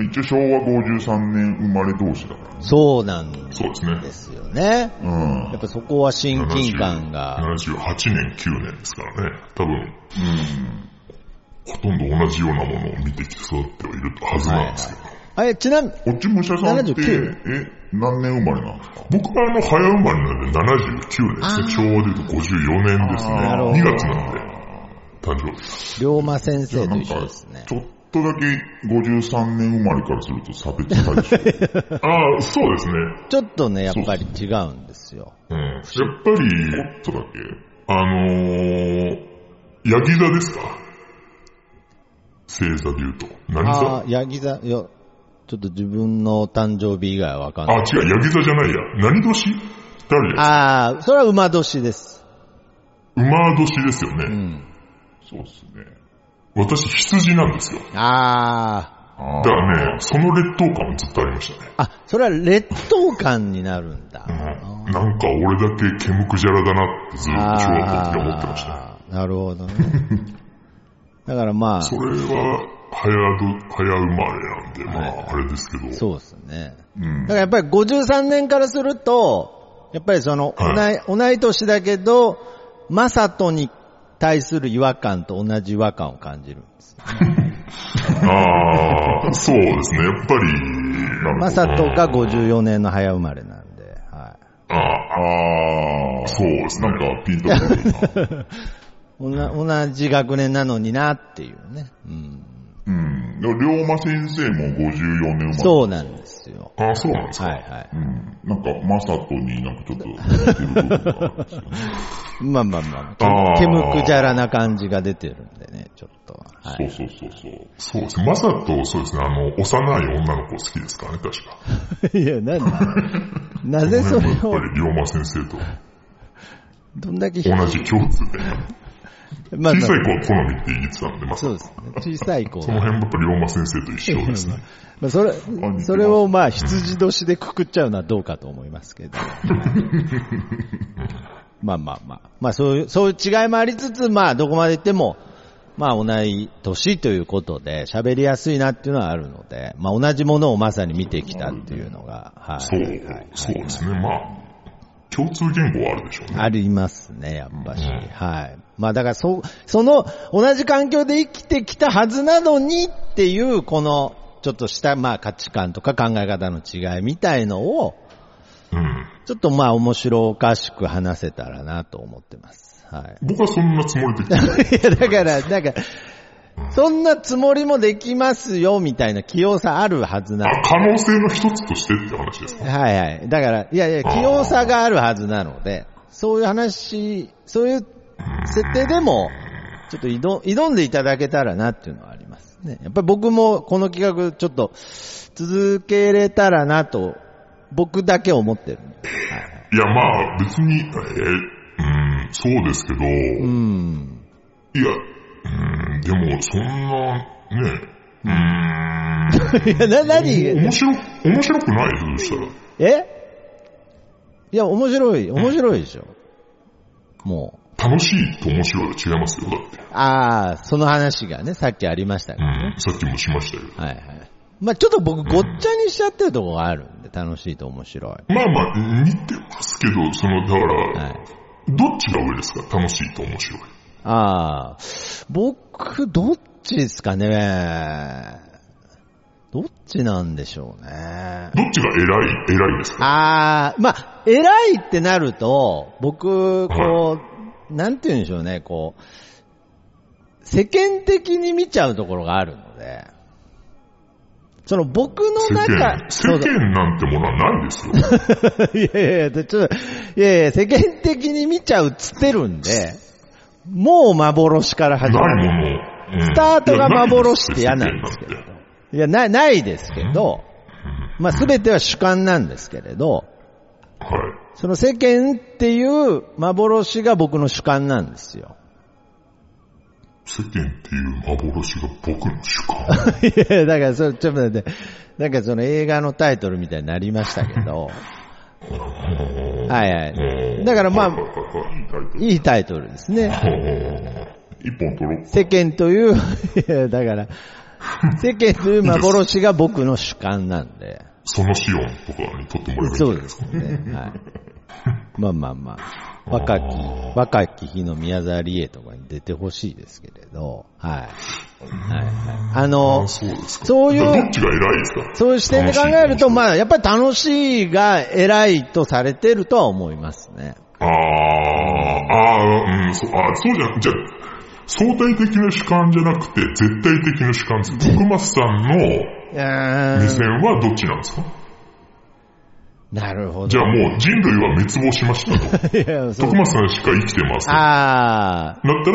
一応昭和53年生まれ同士だから。そうなんそうですね。ですよね。うん。やっぱそこは親近感が。 78年、9年ですからね。多分、うん、ほとんど同じようなものを見てきて育ってはいるはずなんですけど。あれ、ちなみに、こっち武者さんって、え、何年生まれなんですか僕はあの、早生まれなんで79年ですね。昭和で言うと54年ですね。あーなるほど2月なんで、誕生日。龍馬先生となん一緒かですね、。ちょっとだけ53年生まれからすると差別対象。 ああ、そうですね。ちょっとね、やっぱり違うんですよ。うん。やっぱり、ちょっとだけ、あのー、ヤギ座ですか星座で言うと。何ああ座ー、ヤギ座、いや、ちょっと自分の誕生日以外はわかんあない。違う、ヤギ座じゃないや。何年ってあるじゃないああ、それは馬年です。馬年ですよね。うん。そうですね。私、羊なんですよ。だあからね、その劣等感はずっとありましたね。あ、あ、それは劣等感になるんだ。うん、なんか俺だけ煙くじゃらだなってずっと小学校の時は思ってましたね。あーなるほどね。だからまあ、それは、早ど、早生まれなんで、まあ、あれですけど。そうですね。うんだからやっぱり53年からすると、やっぱりその、同い、はい同い年だけど、マサトに対する違和感と同じ違和感を感じるんです。ああ、そうですね。やっぱり、マサトが54年の早生まれなんで、はああ、そうですね。なんか、ピンとくる。い。おな同じ学年なのになっていうね。うん。うん。でも、龍馬先生も54年生まれ。う。そうなんですよ。ああ、そうなんですか。はいはい。うん。なんか、マサトになんかちょっと似 てる部分があるんですよね。まあまあまああ、ーけむくじゃらな感じが出てるんでね、ちょっとは。はそい。 うそうそうそう。そうですね。マサト、そうですね。あの、幼い女の子好きですからね、確か。いや、 なんで、なぜそれやっぱを、り、龍馬先生とどんだけ、同じ共通 点が。まあ小まさいあ、子は好みって言ってたんで、まあ、そそうのですね。小さい子が辺もやっぱ龍馬先生と一緒 ですね。まあ、それ似てま、すそれをまあ、羊年でくくっちゃうのはどうかと思いますけ ど。まあまあまあ。まあ、そういう、そういう違いもありつつ、まあ、どこまで行っても、まあ、同い年ということで、喋りやすいなっていうのはあるので、まあ、同じものをまさに見てきたっていうのが、はい。そうはいはい、そうですね。まあ、共通言語はあるでしょうね。ありますね、やっぱし。はい。まあだから、そ、その、同じ環境で生きてきたはずなのにっていう、この、ちょっとした、まあ価値観とか考え方の違いみたいのを、うん。ちょっとまあ面白おかしく話せたらなと思ってます。はい。僕はそんなつもりで来てる。 いや、だから、なんか、そんなつもりもできますよ、みたいな器用さ あるはずなのあ、可能性の一つとしてって話ですかはいはい。だから、いやいや、器用さがあるはずなので、そういう話、そういう設定でも、ちょっと挑挑んでいただけたらなっていうのはありますね。やっぱり僕もこの企画ちょっと続けれたらなと、僕だけ思ってるんで。いや、まあ、別に、えーうん、そうですけど、ういん。や、うん、でも、そんな、ね、うん、 いや、な、な面白、面白くないそしたら。えいや、面白い、面白いでしょ。もう。楽しいと面白いは違いますよ、だって。ああ、その話がね、さっきありましたけどうん、さっきもしましたけど。はいはい。まあちょっと僕ごっちゃにしちゃってるとこがあるんで、楽しいと面白い。まあまあ、似てますけど、その、だから、はい。どっちが上ですか楽しいと面白い。ああ、僕、どっちですかね。どっちなんでしょうね。どっちが偉い、偉いですかああ、まあ、偉いってなると、僕、こう、なんて言うんでしょうね、こう、世間的に見ちゃうところがあるので、その僕の世間、中、世 間なんてものはないですよ。いやいや、でちょっと、いやいや、世間的に見ちゃうっつってるんで、もう幻から始まないる。もの。うんスタートが幻って嫌なんですけど。いや、ない、ないですけど、まあ、すべては主観なんですけれど、はい。その世間っていう幻が僕の主観なんですよ。 世間っていう幻が僕の主 観。いや、だから、それ、ちょっと待って、なんかその映画のタイトルみたいになりましたけど、はいはい。だからまあ、いいタイトルですね。一本取ろう。世間という、いやだから、世間という幻が僕の主観なんで。その資音とかに取ってもらえばいいんじゃそなういでですすか。ね。はい。まあまあまあ。若き、若き日の宮沢りえとかに出てほしいですけれど、はい。はい、はい。あの、あそうですか。そういうだからどっちが偉いですかそういう視点で考えると、まあ、やっぱり楽しいが偉いとされてるとは思いますね。あー、あー、うん、そう、あーそうじゃ、じゃあ相対的な主観じゃなくて、絶対的な主観です。徳松さんのうー目ん。線はどっちなんですかなるほじどゃ。あもう人類は滅亡しました と。いやそう徳松さんしか生きてます。だっ ああ。たら、だか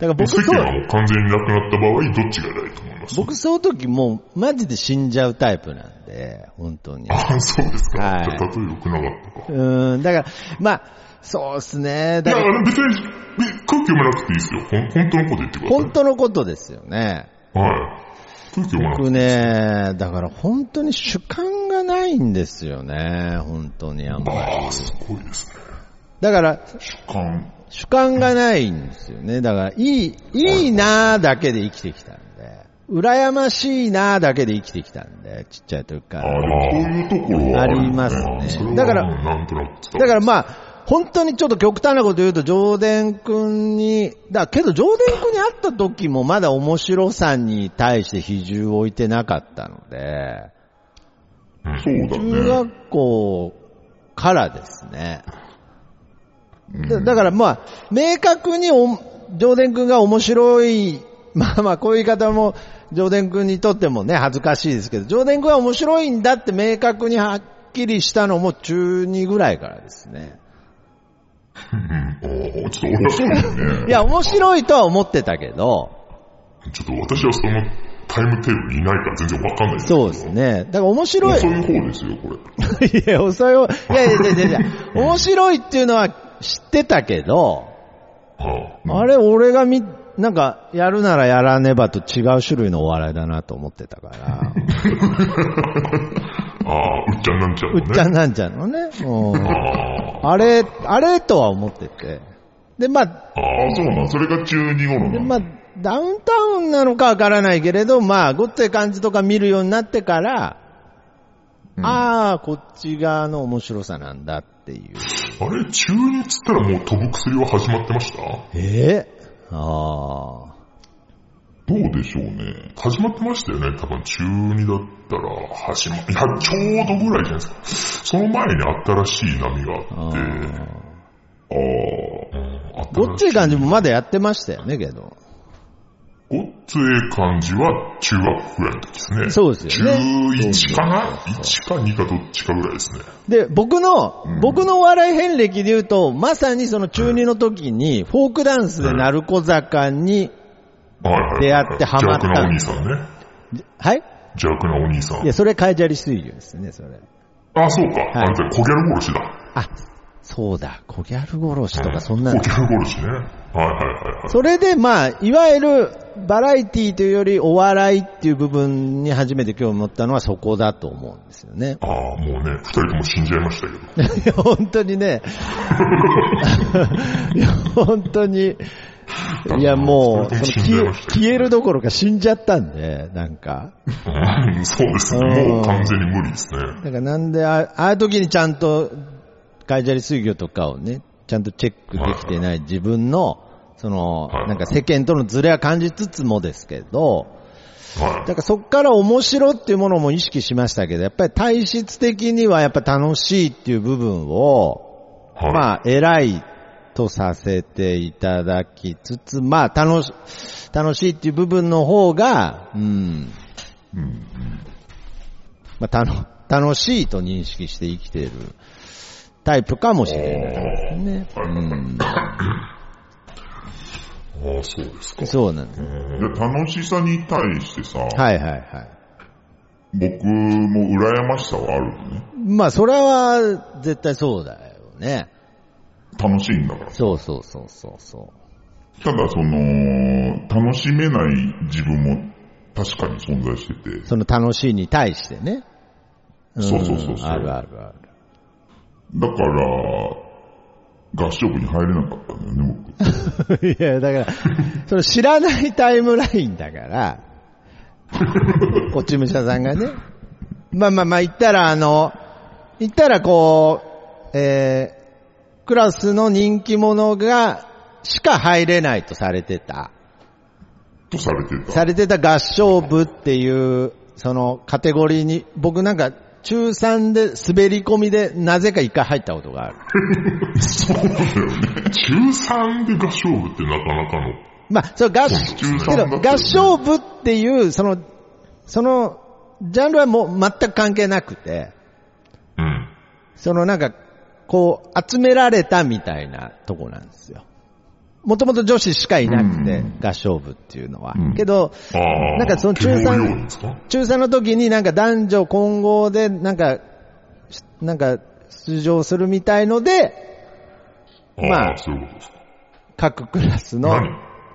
ら僕世そ間はう、もう完全になくなった場合、どっちが偉いと思います僕そういう時もう、マジで死んじゃうタイプなんで、本当に。あー、そうですか。はいじゃあ例え良くなかったか。 うーん、だから、まあ、そうですね。いだや、かあら、の別に、え空気読まなくていいですよ。ほん本当のこと言ってください。本当のことですよね。はい。空気読まなくて。僕ね、だから本当に主観がないんですよね。本当にあんまり。ああ、すごいですね。だから、主観。主観がないんですよね。だから、いい、いいなーだけで生きてきたんで、羨ましいなーだけで生きてきたんで、ちっちゃい時かああ、ら。でもこういうところはありますねそれはだからうんなんとなく伝わだかるらまあ、本当にちょっと極端なこと言うと、上田くんに、だけど上田くんに会った時もまだ面白さに対して比重を置いてなかったので、そうだ中ね。学校からですね。だだからまあ、明確にお、上田くんが面白い、まあまあ、こういう言い方も、上田くんにとってもね、恥ずかしいですけど、上田くんは面白いんだって明確にはっきりしたのも中2ぐらいからですね。うん。ああ、ちょっと俺は そうだよいね。や、面白いとは思ってたけど、ちょっと私はそのタイムテーブルにいないから全然わかんないですけどそうですね。だから面白い、そういう方ですよ、これ。 いや、遅いよ、いやいやいやいやいや、面白いっていうのは知ってたけど、ああ。あれ、俺がみ、なんか、やるならやらねばと違う種類のお笑いだなと思ってたから、ああ、うっちゃんなんちゃんうのっちゃね。んなんちゃんのね。 うんああ。あれ、あれとは思ってて。で、まあ、ああ、そうなんそれが中二頃でなんまあ、ダウンタウンなのかわからないけれど、まあ、ごっつい感じとか見るようになってから、ああ、こっち側の面白さなんだっていう。あれ、中二っつったらもう飛ぶ薬は始まってましたええああ。どうでしょうね。始まってましたよね。多分中二だったら始ま、いや、ちょうどぐらいじゃないですか。その前に新しい波があって、ああー、ごっつい感じもまだやってましたよね、けど。ごっつえ感じは中学ぐらいの時ですね。そうですよね中1かな ?1 か2かどっちかぐらいですね。で、僕の、僕のお笑い遍歴で言うと、まさにその中二の時に、フォークダンスで鳴子坂に、はいはいはい。出会ってハマった邪悪なお兄さんね。はい邪悪なお兄さいんや、。それカイジャリ水魚ですね、それ。あ、そうか。あんた、コギャル殺しだ。あ、そうだ、コギャル殺しとかそんなコギャル殺しね。はいはいはいはい。それでまあ、いわゆるバラエティというよりお笑いっていう部分に初めて興味持ったのはそこだと思うんです よね。ああ、もうね、二人とも死んじゃいましたけど。いや本当にね、いや本当に、いやもう、その消え消えるどころか死んじゃったんで、なんか。うん そうですね。もう完全に無理ですね。だからなんであ、ああいう時にちゃんと、カイジャリ水魚とかをね、ちゃんとチェックできてない自分の、そのはいは、いなんか世間とのズレは感じつつもですけど、だはい。からそっから面白っていうものも意識しましたけど、やっぱり体質的にはやっぱ楽しいっていう部分を、はい。まあ、偉いとさせていただきつつ、まあ、楽し、楽しいっていう部分の方が、うん、うんまあ、たの楽しいと認識して生きているタイプかもしれないですね。うん、ああ、そうですか。そうなんです。はで楽しさに対してさ、いはいはい。僕も羨ましさはあるのね。まあ、それは絶対そうだよね。楽しいんだから。そうそうそうそうそう。ただその、楽しめない自分も確かに存在してて、その楽しいに対してね。んそうそうそうそうあるあるある。だから、合唱部に入れなかったんだ よね、いや、だから、それ知らないタイムラインだから、落ち武者さんがね。まあまあまあ、行ったら、あの、行ったらこう、えー、クラスの人気者が、しか入れないとされてた、とされてた。されてた合唱部っていう、そのカテゴリーに、僕なんか、中3で滑り込みでなぜか一回入ったことがある。そうだよね。 中3で合唱部ってなかなかの。まあ、それ合唱、中けど3だった合唱部っていう、その、その、ジャンルはもう全く関係なくて、うん。そのなんか、こう、集められたみたいなとこなんですよ。もともと女子しかいなくて、合唱部っていうのは。けど、ああ。なんかその中希望要3員ですか中3の時になんか男女混合で、なんか、しなんか、出場するみたいので、まあああ、そういうことですか。各クラスの、何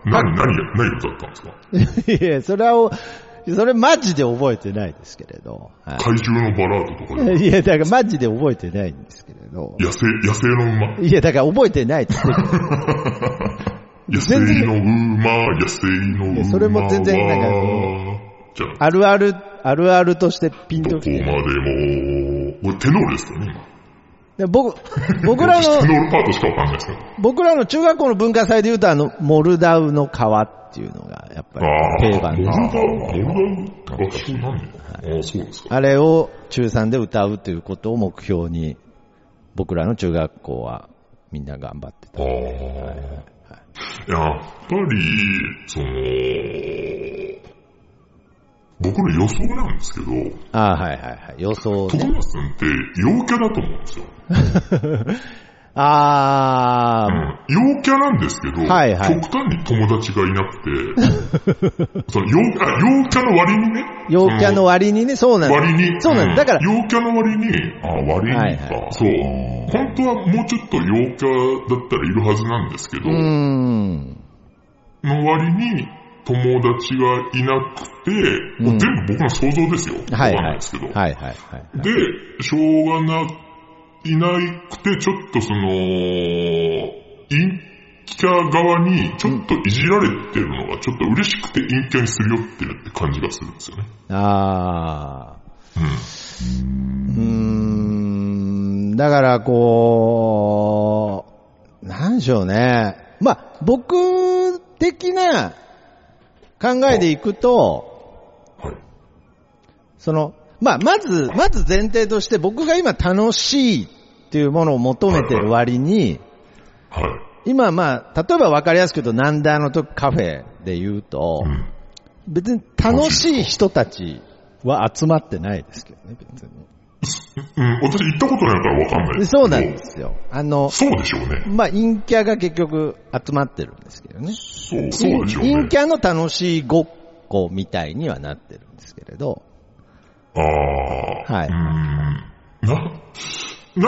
何、何、何歌ったんですか いや、それは、それマジで覚えてないですけれど。はい怪獣のバラードとかで。 いや、だからマジで覚えてないんですけれど。野生、野生の馬いや、だから覚えてないっつってんの野生の馬、野生のいや馬。それも全然なんかじゃあ、あるある、あるあるとしてピンどことまできてない。も、これテノールですかね、で僕、僕今。ら私テ の、ノールパートしかわかんないですけど。僕らの中学校の文化祭で言うとあの、モルダウの川っていうのが、やっぱり定ああ、番モルダです。ウ、モルダウ、合唱なんだ。ああ、そうですか。あれを中3で歌うということを目標に、僕らの中学校はみんな頑張ってたああ。やっぱり、その、僕の予想なんですけど、ああ、はいはいはい。予想 徳ね。松さんって陽キャだと思うんですよ。ああ、陽キャなんですけど、はいはい極端に友達がいな くて、その陽あ陽キャの割にね、陽キャの割にね、そうなんそのです。割に、そうなんですだから陽キャの割に、あ、悪いはいんはだ。そう、本当はもうちょっと陽キャだったらいるはずなんですけど、うーん。の割に友達がいなくて、もう全部僕の想像ですよ。はいわかんなはいいですけど。。はいはいはい。で、しょうがないなくて、ちょっとその、陰キャ側にちょっといじられてるのがちょっと嬉しくて陰キャにすり寄ってるって感じがするんですよね。ああ。ううーん。だから、こう、なんでしょうね。まあ、僕的な考えでいくと、ん。はい。その、まあ、まず、まず前提として僕が今楽しいっていうものを求めてる割に、はい。今まあ、例えば分かりやすく言うと、ナンダーの時カフェで言うと、うん。別に楽しい人たちは集まってないですけどね、別に。うん、私行ったことないからわかんないですけど。そうなんですよ。あの、そうでしょうね。まあ、陰キャが結局集まってるんですけどね。そう、そうでしょうね。陰キャの楽しいごっこみたいにはなってるんですけれど。ああ、はいうーん。な、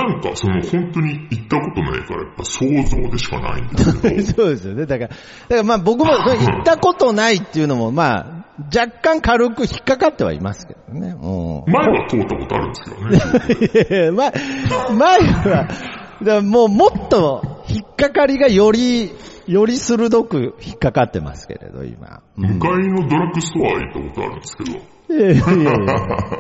なんかその本当に行ったことないからやっぱ想像でしかないんです けど、そうですよね。だから、だからまあ僕もそれ行ったことないっていうのもまあ、若干軽く引っかかってはいますけどね。うん。前は通ったことあるんですけどね。いや前、前は、だからもうもっと引っかかりがより、より鋭く引っかかってますけれど、今。うん向かいのドラッグストア行ったことあるんですけど。いやいやいやいや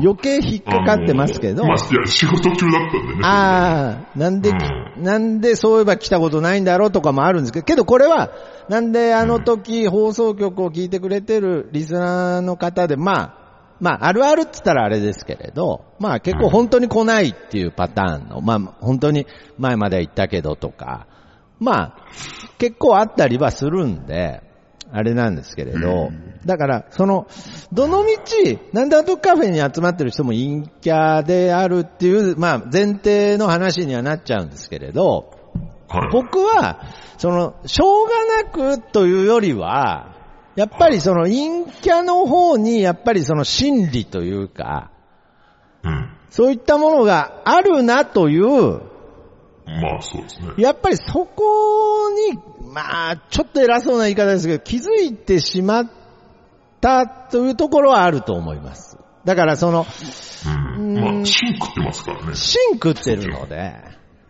余計引っかかってますけどあの。まあ、いや、仕事中だったんでね。ああ、なんで、うなんでそういえば来たことないんだろうとかもあるんですけど、けどこれは、なんであの時放送局を聞いてくれてるリスナーの方で、まあ、まあ、あるあるって言ったらあれですけれど、まあ結構本当に来ないっていうパターンの、まあ本当に前までは行ったけどとか、まあ結構あったりはするんで、あれなんですけれど、だから、その、どのみち、なんだとカフェに集まってる人も陰キャであるっていう、まあ、前提の話にはなっちゃうんですけれど、はい。僕は、その、しょうがなくというよりは、やっぱりその陰キャの方に、やっぱりその心理というか、うん。そういったものがあるなという、まあ、そうですね。やっぱりそこに、まあ、ちょっと偉そうな言い方ですけど、気づいてしまったというところはあると思います。だからその、うん。まあ、芯食ってますからね。芯食ってるので、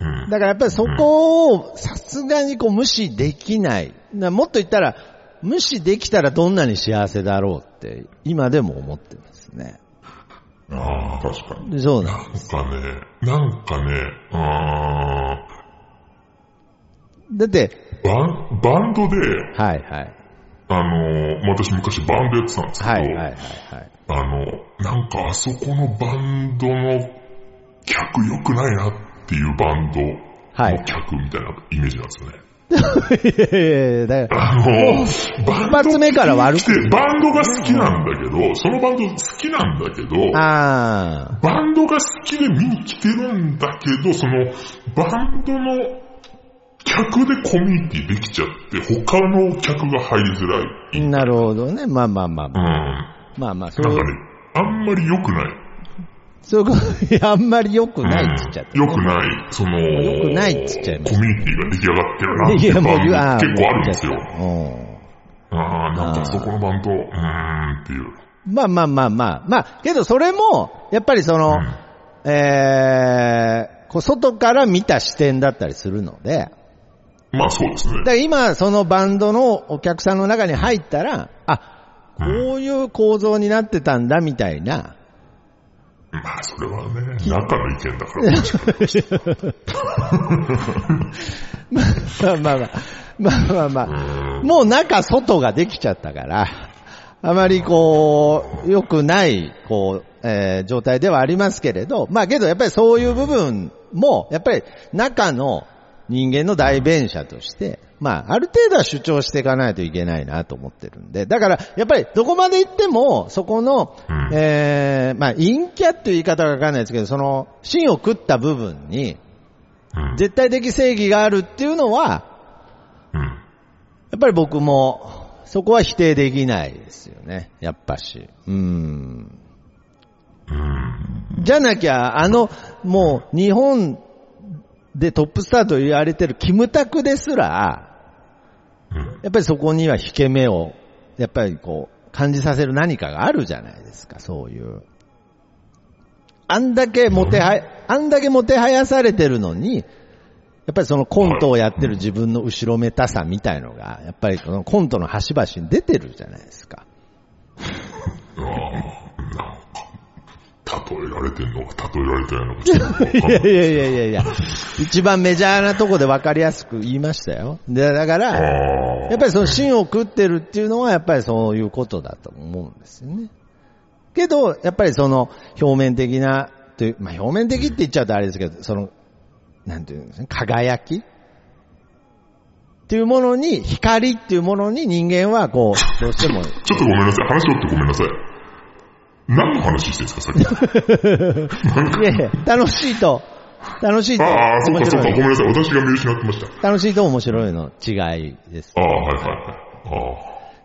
うん。だからやっぱりそこをさすがにこう無視できない。なもっと言ったら、無視できたらどんなに幸せだろうって、今でも思ってますね。ああ、確かに。そうなんなんかね、なんかね、うーん、だって、バンバンドで、はいはい。あのー、私昔バンドやってたんですけど、はいはいはいはい。あの、なんかあそこのバンドの客良くないなっていうバンドはいの客みたいなイメージなんですよね。い やいやいやだからあの、バンド一発目から悪く。でバンドが好きなんだけど、そのバンド好きなんだけど、あバンドが好きで見に来てるんだけど、その、バンドの客でコミュニティできちゃって、他の客が入りづらい。あ、なるほどね。まあまあまあうまあ。ん。まあまあ、そなんかう、ね、あんまり良くない。そういう こといや、あんまり良くないって言っちゃった。良くない、その、良くないっつっちゃいましたコミュニティが出来上がってるなっていいうや、もう言バわンド結構あるんですよ。うんああ、なんかそこのバンド、うーんっていう。まあまあまあまあ。まあ、けどそれも、やっぱりその、えー、こう外から見た視点だったりするので、まあそうですねだか。ら今、そのバンドのお客さんの中に入ったら、あ、こういう構造になってたんだみたいな、 まあそれはね、中の意見だ から。まあまあまあ、まあまあまあ、もう中外ができちゃったから、あまりこう、良くない、こう、えー状態ではありますけれど、まあけどやっぱりそういう部分も、やっぱり中の人間の代弁者として、まあある程度は主張していかないといけないなと思ってるんで、だからやっぱりどこまで行っても、そこの、うんえーまあ陰キャっていう言い方がわかんないですけど、その芯を食った部分に、うん絶対的正義があるっていうのは、うんやっぱり僕も、そこは否定できないですよね。やっぱし。うん。じゃなきゃ、あの、もう、日本でトップスターと言われてるキムタクですら、うんやっぱりそこには引け目を、やっぱりこう、感じさせる何かがあるじゃないですか、そういう。あんだけもてはや、あんだけもてはやされてるのに、やっぱりそのコントをやってる自分の後ろめたさみたいのが、やっぱりそのコントの端々に出てるじゃないですか。ああ、なんか、例えられてんのか例えられてないのかちょっとわかんない いやいやいやいやいや、一番メジャーなとこで分かりやすく言いましたよ。で、だから、あやっぱりその芯を食ってるっていうのはやっぱりそういうことだと思うんですよね。けど、やっぱりその表面的な、という、まあ、表面的って言っちゃうとあれですけど、その、なんていうんですかね、輝きっていうものに、光っていうものに人間はこう、どうして も、あ、ちょっとごめんなさい。話をってごめんなさい。何の話してるんですか、さっき。なんいやいや、楽しいと、楽しいと、かああ、そう面かそう白か、ごいめんなさい。私が見失ってました。楽しいと面白いの違いですあ。あ、はいはいは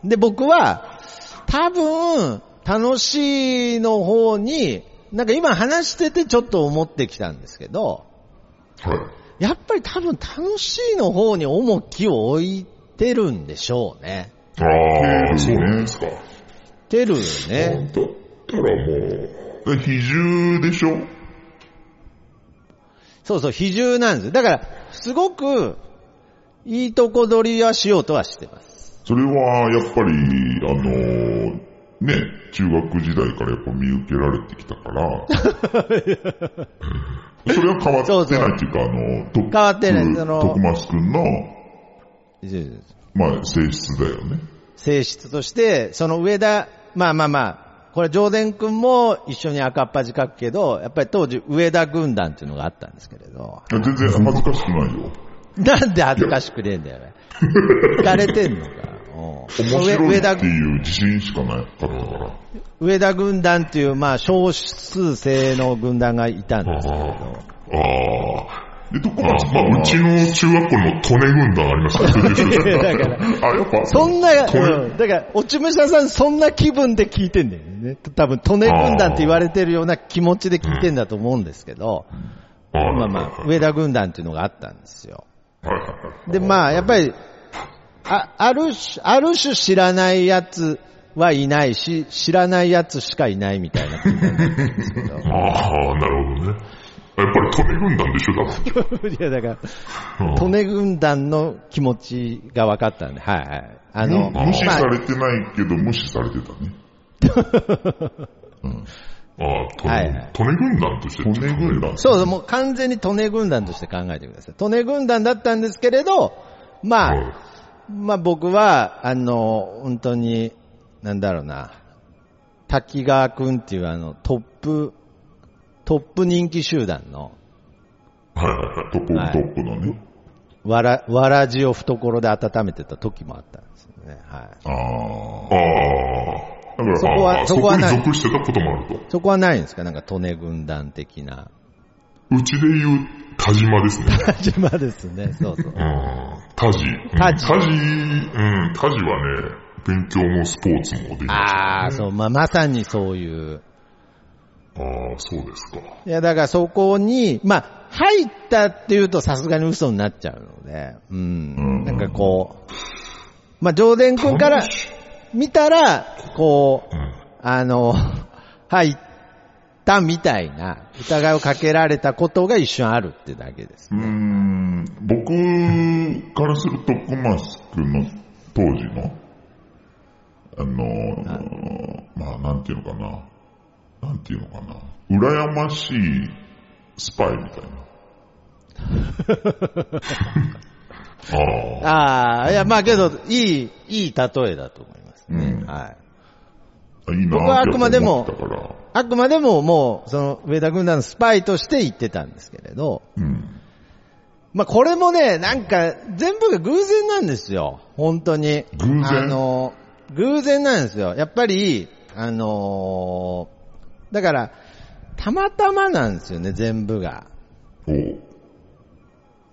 い。で、僕は、多分、楽しいの方に、なんか今話しててちょっと思ってきたんですけど、ああ、はい。やっぱり多分楽しいの方に重きを置いてるんでしょうね。ああ、そうなんですか。てるよだね。ったらもう、で比重でしょそうそう、比重なんです。だから、すごく、いいとこ取りはしようとはしてます。それは、やっぱり、あのーね、中学時代からやっぱ見受けられてきたから、 うんそれは変わってないっていうか、あの、変変わってないその徳松くんの、まあ、性質だよね。性質として、その上田、まあまあまあ、これ、上田君も一緒に赤っ端書くけど、やっぱり当時、上田軍団っていうのがあったんですけれど、 いや全然恥ずかしくないよ。なんで恥ずかしくねえんだよ、ね。聞かれてんのか。おう面上白い上田っていう自信しかなかったから。上田軍団っていう、まあ、少数制の軍団がいたんですけれど、ああ。で、徳ま松くんあ、まあ、うちは、の中学校のトネ軍団ありましたね。 だからあ、やっぱ、そんな、トネうん、だから、落ち武者さん、そんな気分で聞いてんだよね。多分、利根軍団って言われてるような気持ちで聞いてんだと思うんですけど、ああまあまあ、上田軍団っていうのがあったんですよ。はいはいはい。。で、まあ、やっぱり、あ、ある種、ある種知らないやつはいないし、知らないやつしかいないみたいな気分なんですけどああ、なるほどね。やっぱりトネ軍団でしょ、多分。いや、だから、うんトネ軍団の気持ちが分かったんで、はいはい。あの、無無視まあされてないけど、無視されてたね。ああ、トネ、はいはいトネ軍団としてトネ軍団。そうそう、もう完全にトネ軍団として考えてください。トネ軍団だったんですけれど、まあ、はいまあ僕は、あの、本当に、なんだろうな、滝川くんっていうあの、トップ、トップ人気集団の、はいはいはい。トップオブトップのね。わら、わらじを懐で温めてた時もあったんですよね。はい。ああ。あだから、そこはあ、ああそそここはにない属してたこともあると。そこはないんですかなんかトネ軍団的な。うちで言う田島ですね。立場ですね。そうそうう。ん。田地。うん田田地地、うん、田地はね、勉強もスポーツもできました。 ああ、そう、まあ、まさにそういう。ああ、そうですか。いや、だからそこに、まあ、入ったっていうとさすがに嘘になっちゃうので、うん。なんかこう、まあ、上田君から楽し見たら、こうう、ん。あの、入ったみたいな疑いをかけられたことが一瞬あるってだけです。うーん、僕からすると、コマスクの当時の、あのー、まあ、なんていうのかな。なんていうのかな。羨ましいスパイみたいな。ああ。ああ、いや、まあけど、いい、いい例えだと思いますね。うんはい。いいなーって僕はあくまでも思ったから。あくまでももう、その、上田軍団のスパイとして言ってたんですけれど、うん。まあ、これもね、なんか、全部が偶然なんですよ。本当に。偶然あの、偶然なんですよ。やっぱり、あのーだから、たまたまなんですよね、全部が。お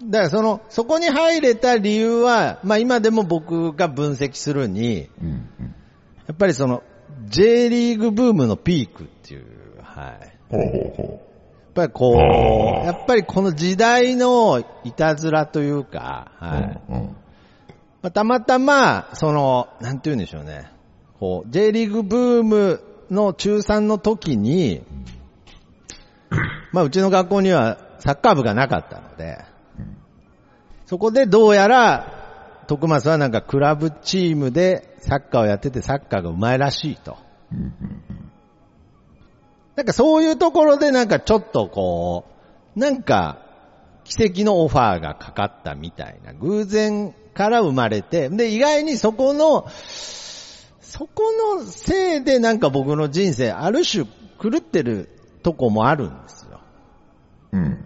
だからその、そこに入れた理由は、まあ今でも僕が分析するに、うん。やっぱりその、J リーグブームのピークっていう、はい。ほうほうほやっぱりこあう、ーやっぱりこの時代のいたずらというか、う。はい。うんうん。まあ、たまたま、その、なんて言うんでしょうね。こう、J リーグブームの中3の時に、まあ、うちの学校にはサッカー部がなかったので、そこでどうやら、徳松はなんかクラブチームでサッカーをやっててサッカーがうまいらしいと。なんかそういうところでなんかちょっとこう、なんか奇跡のオファーがかかったみたいな、偶然から生まれて、で、意外にそこの、そこのせいでなんか僕の人生ある種狂ってるとこもあるんですよ。うん。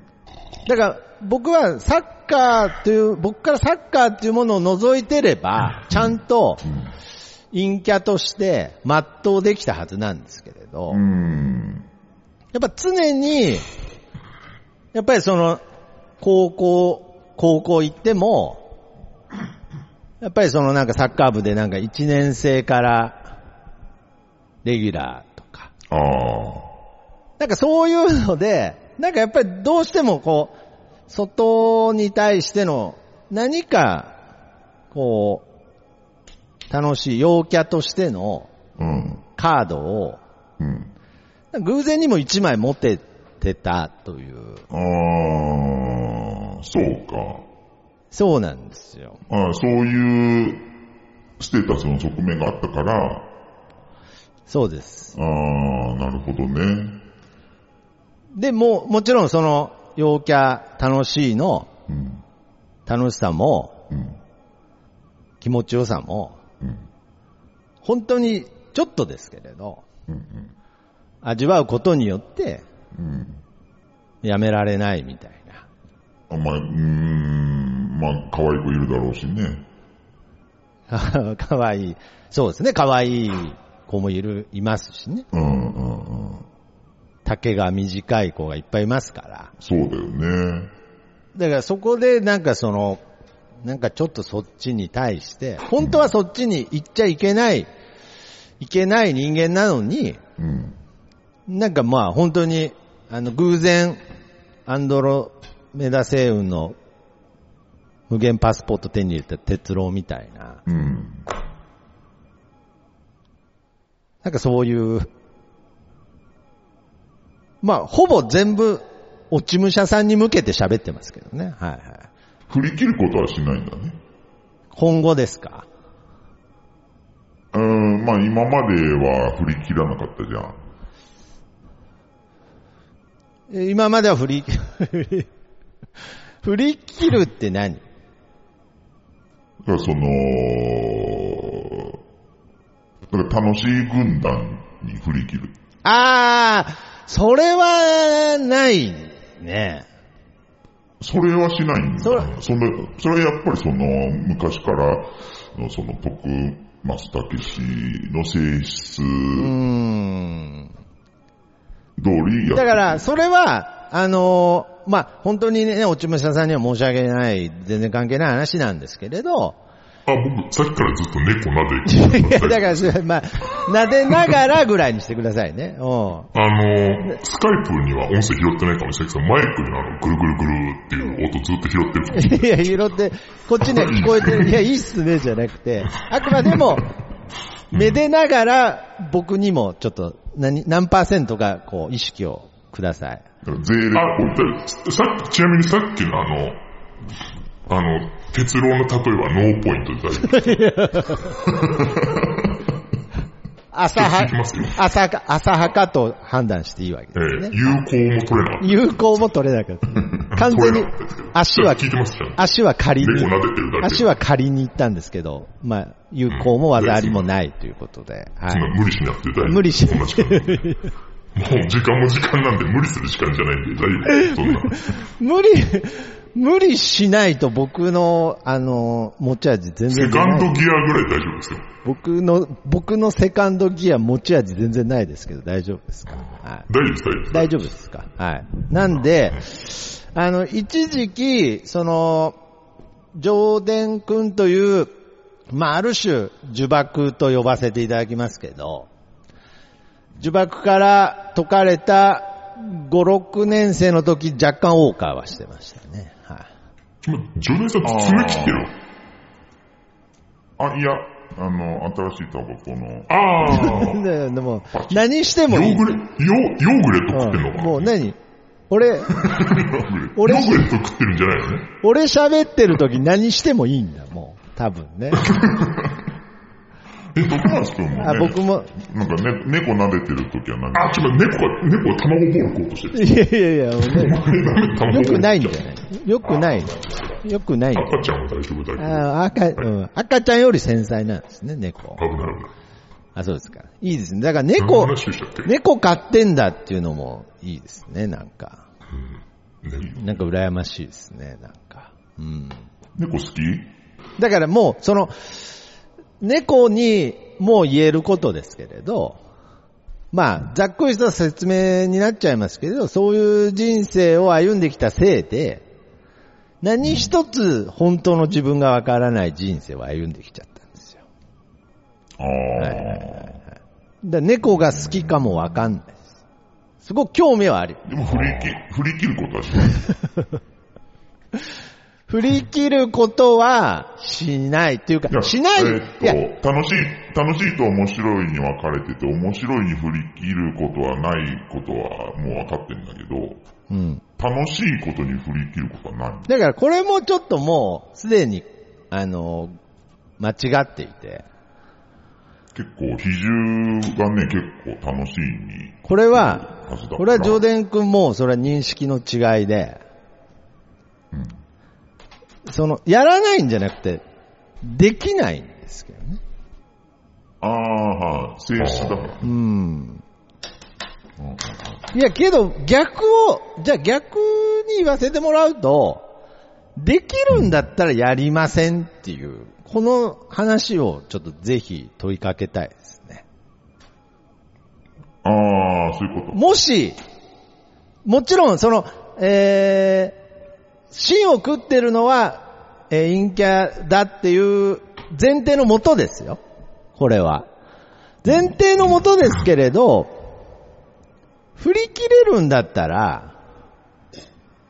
だから僕はサッカーという、僕からサッカーっていうものを除いてれば、ちゃんと陰キャとして全うできたはずなんですけれど、うん。やっぱ常に、やっぱりその、高校、高校行っても、やっぱりそのなんかサッカー部でなんか1年生から、レギュラーとか、ああ。なんかそういうので、なんかやっぱりどうしてもこう、外に対しての何か、こう、楽しい陽キャとしてのうん。カードを、うん。偶然にも1枚持ててたという。ああ、そうか。そうなんですよ。ああそういうステータスの側面があったから、そうです。ああ、なるほどね。で、もう、もちろんその、陽キャ楽しいのうん。楽しさも、うん。気持ちよさも、うん。本当にちょっとですけれど、うん。味わうことによって、うん。やめられないみたいな。あまあ、うーん。まあ、可愛い子いるだろうしね。 かわいい。そうですね、かわいい子もいる、いますしね。うんうんうん。丈が短い子がいっぱいいますから。そうだよね。だからそこでなんかその、なんかちょっとそっちに対して、本当はそっちに行っちゃいけない、いけない人間なのに、うん。なんかまあ本当に、あの偶然、アンドロメダ星雲の無限パスポート手に入れた鉄郎みたいな、うん。なんかそういう、まあほぼ全部落ち武者さんに向けて喋ってますけどね。はいはい。振り切ることはしないんだね。今後ですかうーん、まあ今までは振り切らなかったじゃん。え今までは振り、 振り切るって何だからその、だから楽しい軍団に振り切る。ああ、それは、ないね。それはしないんだ。そそれれそれはやっぱりその、昔からのその、僕、マスタケシの性質通うーん。りやってるだから、それは、あのーまあ、本当にね、落ち武者さんには申し訳ない、全然関係ない話なんですけれど、 あ、僕、さっきからずっと猫撫でいてるや、だからそれ、まあ、撫でながらぐらいにしてくださいね。うあん。の、スカイプには音声拾ってないかもしれないけど、マイクにはあの、ぐるぐるぐるっていう音ずっと拾ってるかもしれない。いや、拾って、こっちね、聞こえて る。いや、いいっすね、じゃなくて、あくまでも、めでながら、僕にも、ちょっと、何、何パーセントか、こう、意識をください。だから税率あ、でさっき、ちなみにさっきのあの、あの、鉄郎の例えはノーポイントで大丈夫です。浅は聞きますよ、浅はか、浅はかと判断していいわけえでーすね。有効も取れなかっ有効も取れな かった。た。完全取にれなかったですけど、足は聞いてますじゃん。足は仮に猫、撫でてるだけ。足は仮に行ったんですけど、まあ、有効も技ありもないということで、はそんい。な無理しなくて大丈夫。無理しそんな時間 なんでもう時間も時間なんで無理する時間じゃないんで大丈夫。そんな。無理、無理しないと僕の、あの、持ち味全セ然出カンなドい。ギアぐらい大丈夫ですよ。僕の、僕のセカンドギア持ち味全然ないですけど、大丈夫ですかはい。大丈夫です、大丈夫です。大丈夫ですかはい。なんで、あの、一時期、その、上田くんという、まあ、ある種、呪縛と呼ばせていただきますけど、呪縛から解かれた5、6年生の時、若干オーカーはしてましたね。はい。ちょジョネさん爪切ってる。あ、いや、あの、新しいタバコの、ああ。 ででも、何してもヨいいー。グレ、ヨー、ヨーグレット食ってんのかうんなもう何 俺、俺俺ヨーグレット食ってるんじゃないのね。俺喋ってる時何してもいいんだ、もう。多分ね。え、徳松くんもね、 あ、僕も、なんかね、猫撫でてるときはなんか、あ、ちょっと待って猫が、猫が卵ボール食おうと してる。いやいやいや、もうね卵ボーよル くないんだよね。よくない。よくないんだよ。赤ちゃんは大丈夫だけど。危ないあ赤、うん、赤ちゃんより繊細なんですね、猫。危ない。あ、そうですか。いいですね。だから何の猫、話でしたっけ猫飼ってんだっていうのもいいですね、なんか。ねなんか羨ましいですね、なんか。うん。猫好きだからもう、その、猫にもう言えることですけれど、まあ、ざっくりした説明になっちゃいますけれど、そういう人生を歩んできたせいで、何一つ本当の自分がわからない人生を歩んできちゃったんですよ。あはいはいはいあ。だから猫が好きかもわかんないです。すごく興味はある。でも振り切、振り切ることはしない。振り切ることはしないっていうか、しない。えいや、ーっと、楽しい、楽しいと面白いに分かれてて、面白いに振り切ることはないことはもう分かってるんだけど、うん。楽しいことに振り切ることはない。だからこれもちょっともう、すでに、あの、間違っていて、結構、比重がね、結構楽しいに、これは、はずだから。これは上田くんも、それは認識の違いで、その、やらないんじゃなくて、できないんですけどね。ああ、はい。性質だから。うん。いや、けど、逆を、じゃあ逆に言わせてもらうと、できるんだったらやりませんっていう、この話をちょっとぜひ問いかけたいですね。ああ、そういうこと。もし、もちろん、その、えー、芯を食ってるのは、えー陰キャだっていう前提のもとですよ。これは。前提のもとですけれど、振り切れるんだったら、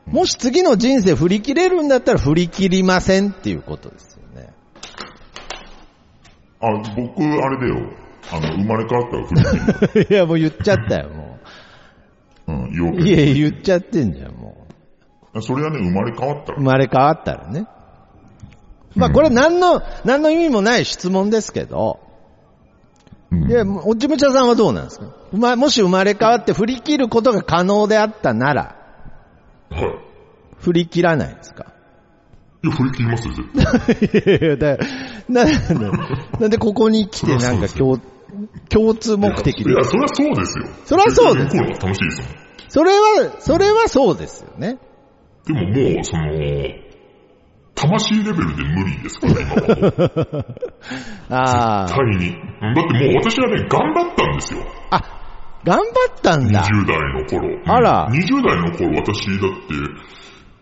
もし次の人生振り切れるんだったら振り切りませんっていうことですよ ね。あ、僕、あれだよ。あの、生まれ変わったら振り 切る。いや、もう言っちゃったよ、もうん、要う。い件。や、言っちゃってんじゃん、もそれはね、生まれ変わったら生。まれ変わったらね。まあこれ何の、何の意味もない質問ですけど、うんいや、もうおちむちゃさんはどうなんですかうまもし生まれ変わって振り切ることが可能であったなら、はい。振り切らないですか いや、振り切りますよ、絶対。いやいやだななんで、なんでここに来てなんか共、共通目的いでや、。そりゃそうですよ。そりゃそうですよ。向こうの方が楽しいですそれは、それはそうですよね。もん。でももう、その、魂レベルで無理ですから、今 はもう。ああ。対に。だってもう私はね、頑張ったんですよ。あ、頑張ったんだ。 20代の頃。あら20代の頃、私だって、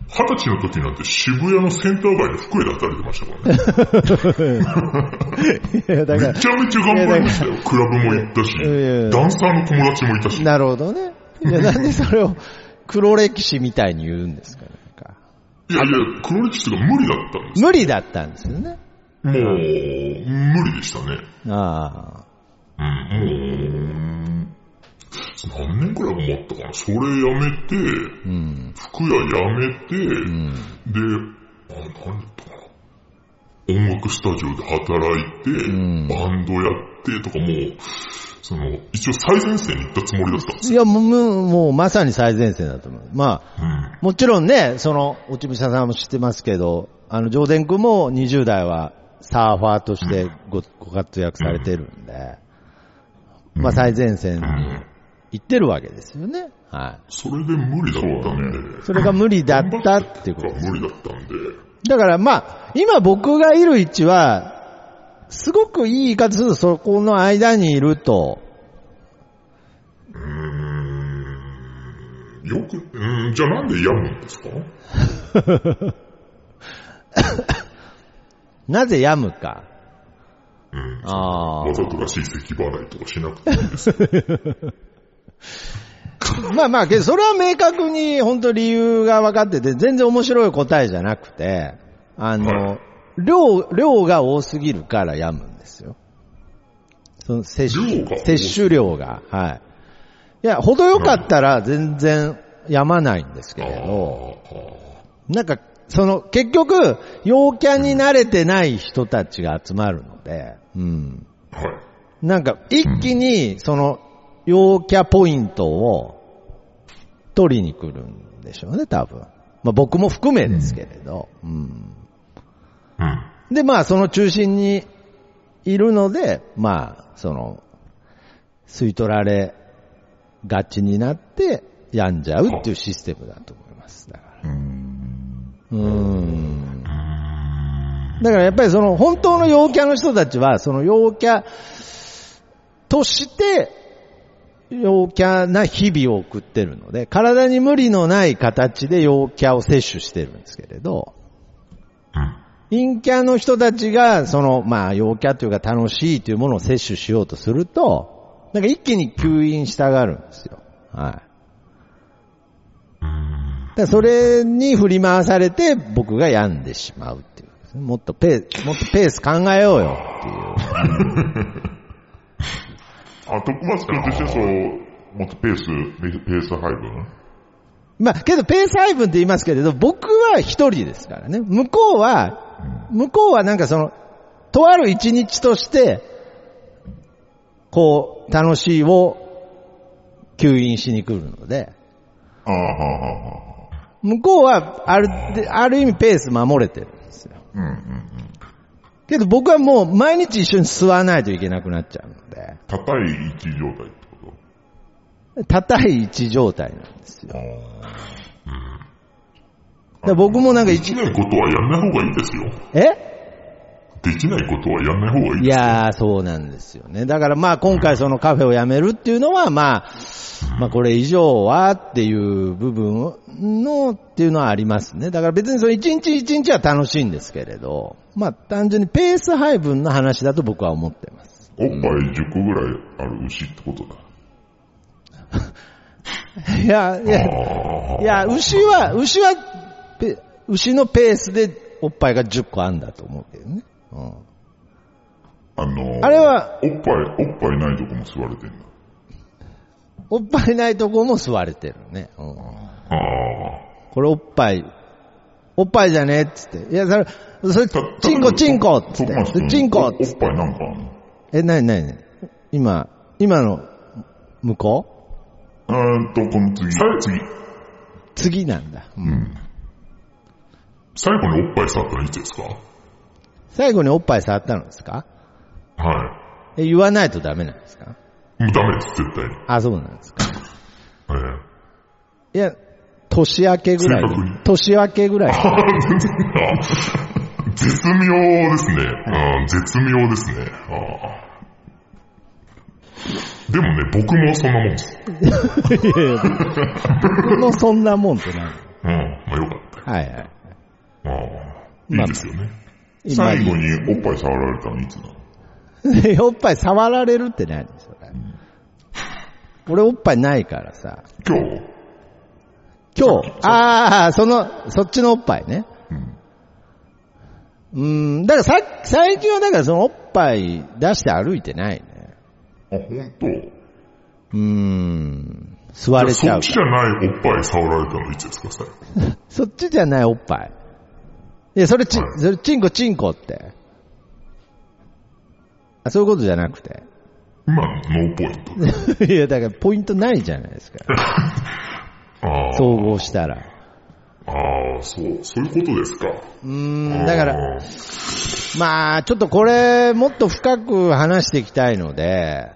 二十歳の時なんて渋谷のセンター街で服屋で働いてましたから ね。いやだかめちゃめちゃ頑張りましたよ。クラブも行ったしいやいや、ダンサーの友達もいたしら、。なるほどね。いや、なんでそれを黒歴史みたいに言うんですかなんかいやいや、黒歴史とか無理だったんです。無理だったんですよね。もう、無理でしたね。あうん、もう、何年くらい思ったかな。それやめて、あ。うん。服屋やめて、うん。で、あ、何だったかな。音楽スタジオで働いて、んバンドやってとかもう、その、一応最前線に行ったつもりだったんですいよ。や、もうもう、もうまさに最前線だと思う。まあ、うん。もちろんね、その、落ち武者さんも知ってますけど、あの、上田君も20代はサーファーとしてごご活躍されてるんで、まあ最前線うん。行ってるわけですよね。はそれで無理だったんで。い。それが無理だったってことです。無理だったんで。だからまあ、今僕がいる位置は、すごくいい言い方するとそこの間にいると、うーん。よく、うん、じゃあなんで病むんですかなぜ病むか。うん。ああわ。ざとらしい咳払いとかしなく ていいです。 まあまあ、けどそれは明確に本当理由が分かってて、全然面白い答えじゃなくて、あはの、量、量が多すぎるから病むんですよ。その摂量が多取、い摂取量が。はい。いや、程よかったら全然病まないんですけあれど、あ。なんか、その、結局、陽キャに慣れてない人たちが集まるので、うん。はい。なんか、一気に、その、陽キャポイントを取りに来るんでしょうね、多分。まあ僕も含めですけれど。うん。うん。で、まあその中心にいるので、まあ、その、吸い取られがちになって病んじゃうっていうシステムだと思います。だから。うん。だからやっぱりその本当の陽キャの人たちは、その陽キャとして、陽キャな日々を送ってるので、体に無理のない形で陽キャを摂取してるんですけれど、陰キャの人たちが、その、まあ、陽キャというか楽しいというものを摂取しようとすると、なんか一気に吸引したがるんですよ。はい。だからそれに振り回されて、僕が病んでしまうっていう。もっとペース、もっとペース考えようよっていう。あ、徳松君としてはそう、もっとペース、ペペース配分まあ、けどペース配分って言いますけれど、僕は一人ですからね。向こうは、向こうはなんかその、とある一日として、こう、楽しいを吸引しに来るので、ああ、はあ、はあ、はあ。向こうはある、である意味ペース守れてるんですよ。うん、うん。けど僕はもう毎日一緒に吸わないといけなくなっちゃうので、高い位置状態ってこ叩い位置状態なんですよ。とあだから僕もなんかでき、一ないことはやんない方がいいですよ。えできないことはやんない方がいいいです。やー、そうなんですよね。だからまあ今回そのカフェを辞めるっていうのはまあ、まあこれ以上はっていう部分のっていうのはありますね。だから別にその一日一日は楽しいんですけれど、まあ単純にペース配分の話だと僕は思ってます。おっぱい10個ぐらいある牛ってことだ。いや、いや、あいや、牛は、牛は、ペ牛のペースでおっぱいが10個あんだと思うけどね。うん、あのーあれは、おっぱい、おっぱいないとこも吸われてんだ。おっぱいないとこも吸われてるね。うんあ。ああ。これおっぱい、おっぱいじゃねえっつって。いや、それ、それ、チンコ、チンコっつそっこまですて。るチンコおっっつって。ぱいなんかあんのえ、なになになに今、今の、向こえーっと、この次。次。う次なんだ。うん最後におっぱい触ったらいつですかは最後におっぱい触ったのですかえ、言わないとダメなんですかい。もうダメです、絶対に。あ、そうなんですか。えいや、年明けぐら正確いに。年明けぐらえい。絶妙ですね。うん、絶妙ですね。あーでもね、僕もそんなもんです。いやいや僕のそんなもんってなうん、い。まあよかったよはいはい。。あーまいあいですよね。今最後におっぱい触られたのいつなので おっぱい触られるって何それ。俺おっぱいないからさ。今日今日、ああ、その、そっちのおっぱいね。うん。だからさ、最近はだからそのおっぱい出して歩いてないね。あ、ほんとうーん。座れちそゃっうちじかゃないおっぱい触られたのいつですか、最後。ら。そっちじゃないおっぱい。いや、それち、はいそれチンコチンコって。あ、そういうことじゃなくて。 今のノーポイント。いや、だからポイントないじゃないですか。あ総合したら。あ、ああ、そう、そういうことですか。うーん、だから、あーまあ、ちょっとこれ、もっと深く話していきたいので、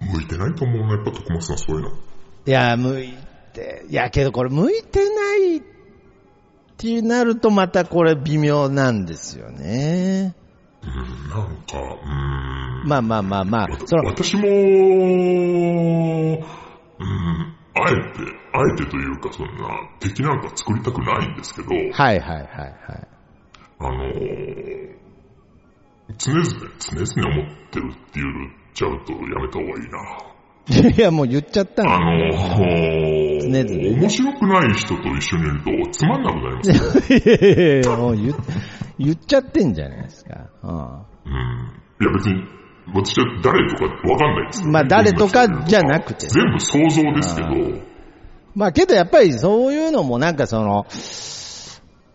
向いてないと思うな、やっぱ徳松さん、そういうの。いや、向いて、いや、けどこれ、向いてないってなると、またこれ、微妙なんですよね。うん、なんか、うーん。まあまあまあまあ、その、私も、うん、あえて、あえてというか、そんな、敵なんか作りたくないんですけど、はいはいはいはい。あのー常々、常々思ってるっていうちゃうとやめた方がいいな。いや、もう言っちゃったあの。のー常々面白くない人と一緒にいるとつまんなくなり ますよ。いやいやいや、もう言っ言っちゃってんじゃないですか。うんうん。いや別に、私は誰とかわかんないですよまあ誰とかじゃなくて全部想像ですけど、まあけどやっぱりそういうのもなんかその、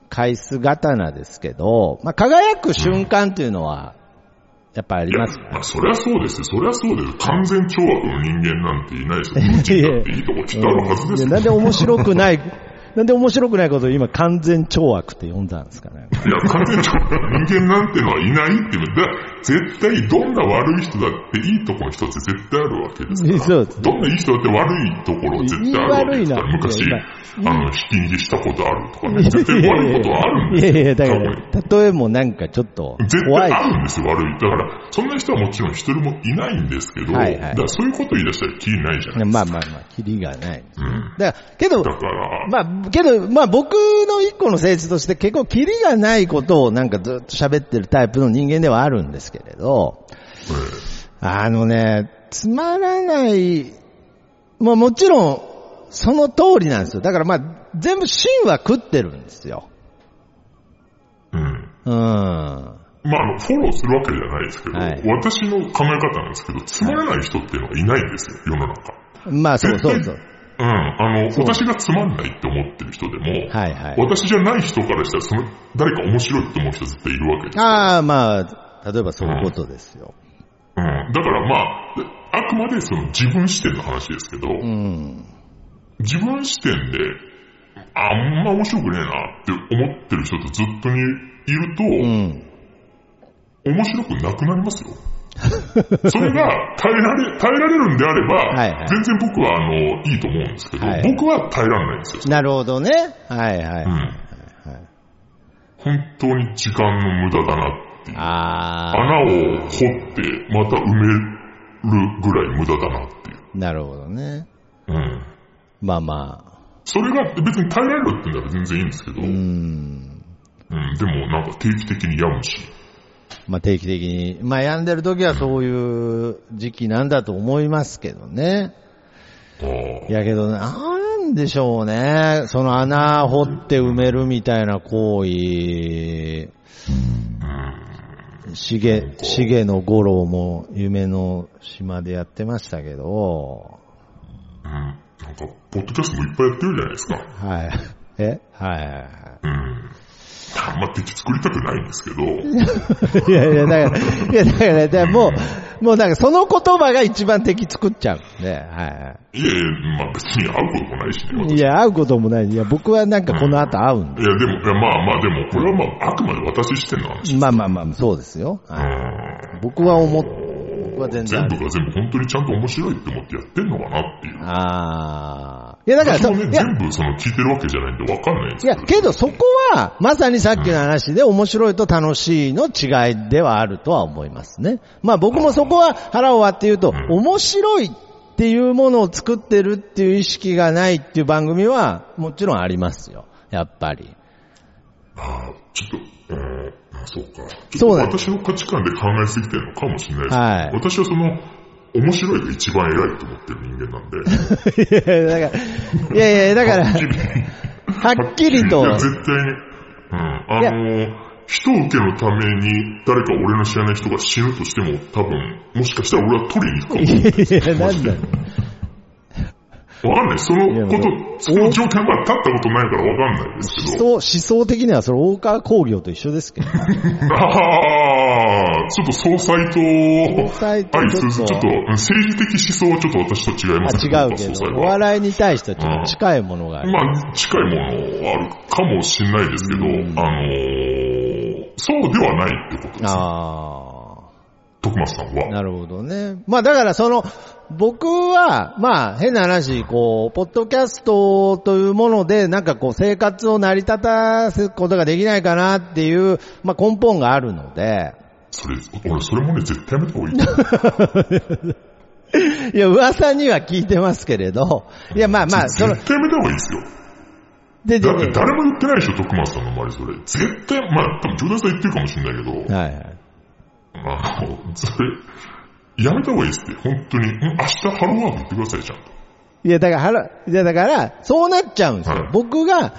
回数刀ですけど、まあ輝く瞬間っていうのは、やっぱありいや、まますから。あそりゃそうですよ。そりゃそうですよ。完全懲悪の人間なんていないですよ。無知だっていいとこ来たはずでいすやよ。なんで面白くない、 なんで面白くないことを今完全懲悪って呼んだんですかね。いや、完全懲悪の人間なんてのはいないっていうのは、だ絶対どんな悪い人だっていいとこの人って絶対あるわけですから。そうですねどんないい人だって悪いところ絶対あるわけですから。いい悪いな昔いや、あの、ひき逃げしたことあるとかね。絶対悪いことはあるんでいすやよ。いや、だか過去にら、例えもなんかちょっと絶怖対い。あるんですよ、悪い。だから、そんな人はもちろん一人もいないんですけど、はいはいだからそういうこと言い出したら気ないじゃない。まあまあまあ、キリがない。うん。だから、けどだ、から、まあ、けど、まあ僕の一個の性質として結構キリがないことをなんかずっと喋ってるタイプの人間ではあるんですけれど、あのね、つまらない、まあもちろん、その通りなんですよ。だからまあ、全部芯は食ってるんですよ。ええうん。うん。はまあ、あの、フォローするわけじゃないですけど、はい私の考え方なんですけど、つまらない人っていうのはいないんですよ、世の中。い。まあそうそ うそう。うん。あの、そう私がつまんないって思ってる人でも、はいはい。私じゃない人からしたら、その、誰か面白いって思う人絶対いるわけです。ああ、まあ、例えばそういうことですよ。うん。だからまあ、あくまでその自分視点の話ですけど、うん。自分視点で、あんま面白くねえなって思ってる人とずっとにいると、うん。面白くなくなりますよ。それが耐えられ、耐えられるんであれば、はいはい全然僕はあの、いいと思うんですけど、はいはい僕は耐えられないんですよ。なるほどね。はいはい。うんはい本当に時間の無駄だなっていう。ああ、穴を掘って、また埋めるぐらい無駄だなっていう。なるほどね。うん。まあまそれが別に耐えられるって言うんなら全然いいんですけど、あ、う、うんん。でもなんか定期的に病むし、まあ、定期的に。まあ、病んでる時はそういう時期なんだと思いますけどね。ああいやけどね、なんでしょうね。その穴掘って埋めるみたいな行為。しげ、しげの五郎も夢の島でやってましたけど、うんなんか、ポッドキャストもいっぱいやってるじゃないですか。はい。えはいはいはうん。あんま敵作りたくないんですけど、 い。いやいや、だから、いやだから、だからもう、もうなんかその言葉が一番敵作っちゃうんで、はいはいやいや、まあ別に会うこともないしね、い。私いや、会うこともない。いや、僕はなんかこの後会うんいや、でも、いやまあまあ、でも、これはまあ、あくまで私視点の話。で。まあまあまあ、そうですよ。うはいん。僕は思っ、僕は全然あ全る。部が全部本当にちゃんと面白いって思ってやってんのかなっていう。ああ。いや、だから私そ、もね、いや、全部その聞いてるわけじゃないんでわかんないんですいや、けどそこは、まさにさっきの話で面白いと楽しいの違いではあるとは思いますね。まあ僕もそこは腹を割って言うと、ん面白いっていうものを作ってるっていう意識がないっていう番組は、もちろんありますよ。やっぱり。 ああ、ちょっと、うん、あそうか。ちそょうっなんと私の価値観で考えすぎてるのかもしれないです、はい私はその、面白いが一番偉いと思ってる人間なんで。いやいや、だから、いやいや、だから、はっきりとい、や、絶対に。うん。あの、人受けのために誰か俺の知らない人が死ぬとしても多分、もしかしたら俺は取りに行くかもいやいや、なんだろう。わかんない。そのこいやもうと、その状況まで立ったことないからわかんないです思け想、ど。思想的にはそれ大川工業と一緒ですけ ど。ああ、ちょっと総裁と、総裁と相ちょっと鈴ちょっと、うん政治的思想はちょっと私と違いあますね違うけ僕は総裁ど、おは笑いに対してはちょっと近いものがある。まあ、近いものはあるかもしれないですけど、あのそうではないってことです。ああ。徳松さんは。なるほどね。まあだからその、僕は、まあ変な話、こう、ポッドキャストというもので、なんかこう生活を成り立たすことができないかなっていう、まあ根本があるので、それ、俺、それもね、絶対やめた方が いいと思う。いや、噂には聞いてますけれど、いや、まあまあ、その、絶対やめた方がいいですよ。で、で、だってで、誰も言ってないでしょ、徳松さんの周りそれ。絶対、まあ、多分、ジョーダンさん言ってるかもしれないけど、はいはい。あの、それ、やめた方がいいですって、本当に。うん明日ハローワーク行ってください、ちゃんと。いや、だからはら、いや、だから、そうなっちゃうんですよ。はい僕が、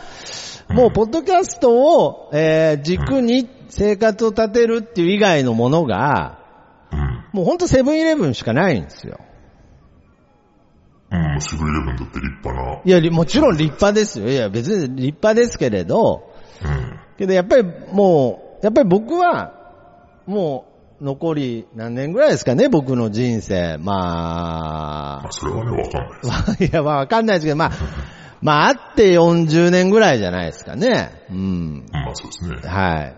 もう、ポッドキャストを、えー、軸に生活を立てるっていう以外のものが、うん。もうほんとセブンイレブンしかないんですよ。うん、シブンイレブンだって立派な。いや、りもちろん立派ですよ。いや、別に立派ですけれど、うん。けどやっぱりもう、やっぱり僕は、もう、残り何年ぐらいですかね、僕の人生。ままあ、それはね、わかんないであ、 す。いや、まあわかんないですけど、まあ、まあ、あって40年ぐらいじゃないですかね。うん。まあ、そうですね。はい。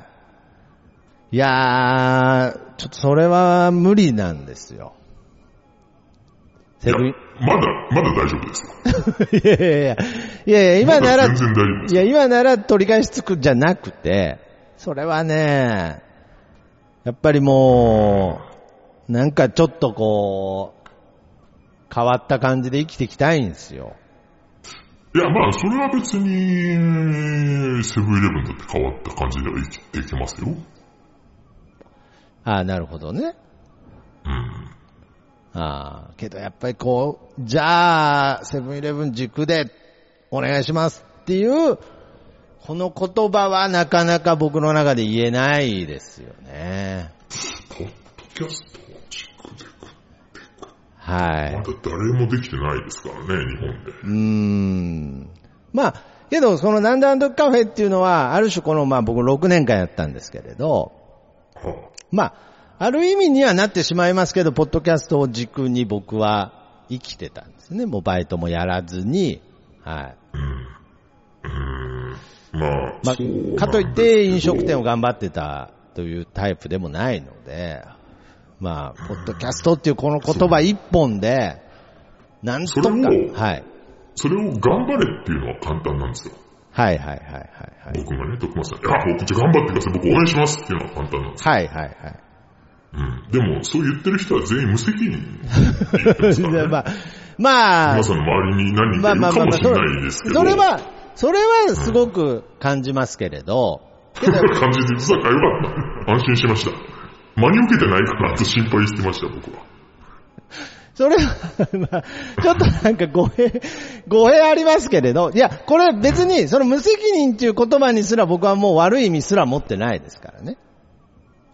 いやー、ちょっとそれは無理なんですよ。いセや ブン、まだ、まだ大丈夫ですよ。いやいやいや、いやいや、今なら、まだ全然大丈夫ですいや、今なら取り返しつくじゃなくて、それはね、やっぱりもう、なんかちょっとこう、変わった感じで生きていきたいんですよ。いや、まあ、それは別に、セブンイレブンだって変わった感じでは生きていきますよ。ああ、なるほどね。うん。ああ、けどやっぱりこう、じゃあ、セブンイレブン軸でお願いしますっていう、この言葉はなかなか僕の中で言えないですよね。ポッドキャストを軸で食はい。まだ誰もできてないですからね、日本で。うーん。まあ、けど、そのなんであの時カフェっていうのは、ある種この、まあ僕6年間やったんですけれど、はまあ、ある意味にはなってしまいますけど、ポッドキャストを軸に僕は生きてたんですね。もうバイトもやらずに、はい。あ、まあ、そうなんですまけどあ、かといって飲食店を頑張ってたというタイプでもないので、まあ、ポッドキャストっていうこの言葉一本で、なんとか、それをはい。それを頑張れっていうのは簡単なんですよ。はいはいはいはいはい。僕がね、徳松さんに、あ、僕じゃあ頑張ってください、僕応援しますっていうのは簡単なんですよ。はいはいはい。うん。でも、そう言ってる人は全員無責任って言ってます から、ね。まあ、まあ徳松、さんの周りに何人まかあいるまあかまあ、もしれそないでれすけど、それは、それはすごく感じますけれど、けど感じで言ってたからよかった。安心しました。真に受けてないかなと心配してました、僕は。それは、まあ、ちょっとなんか語弊、語弊ありますけれど、いや、これ別に、その無責任っていう言葉にすら僕はもう悪い意味すら持ってないですからね。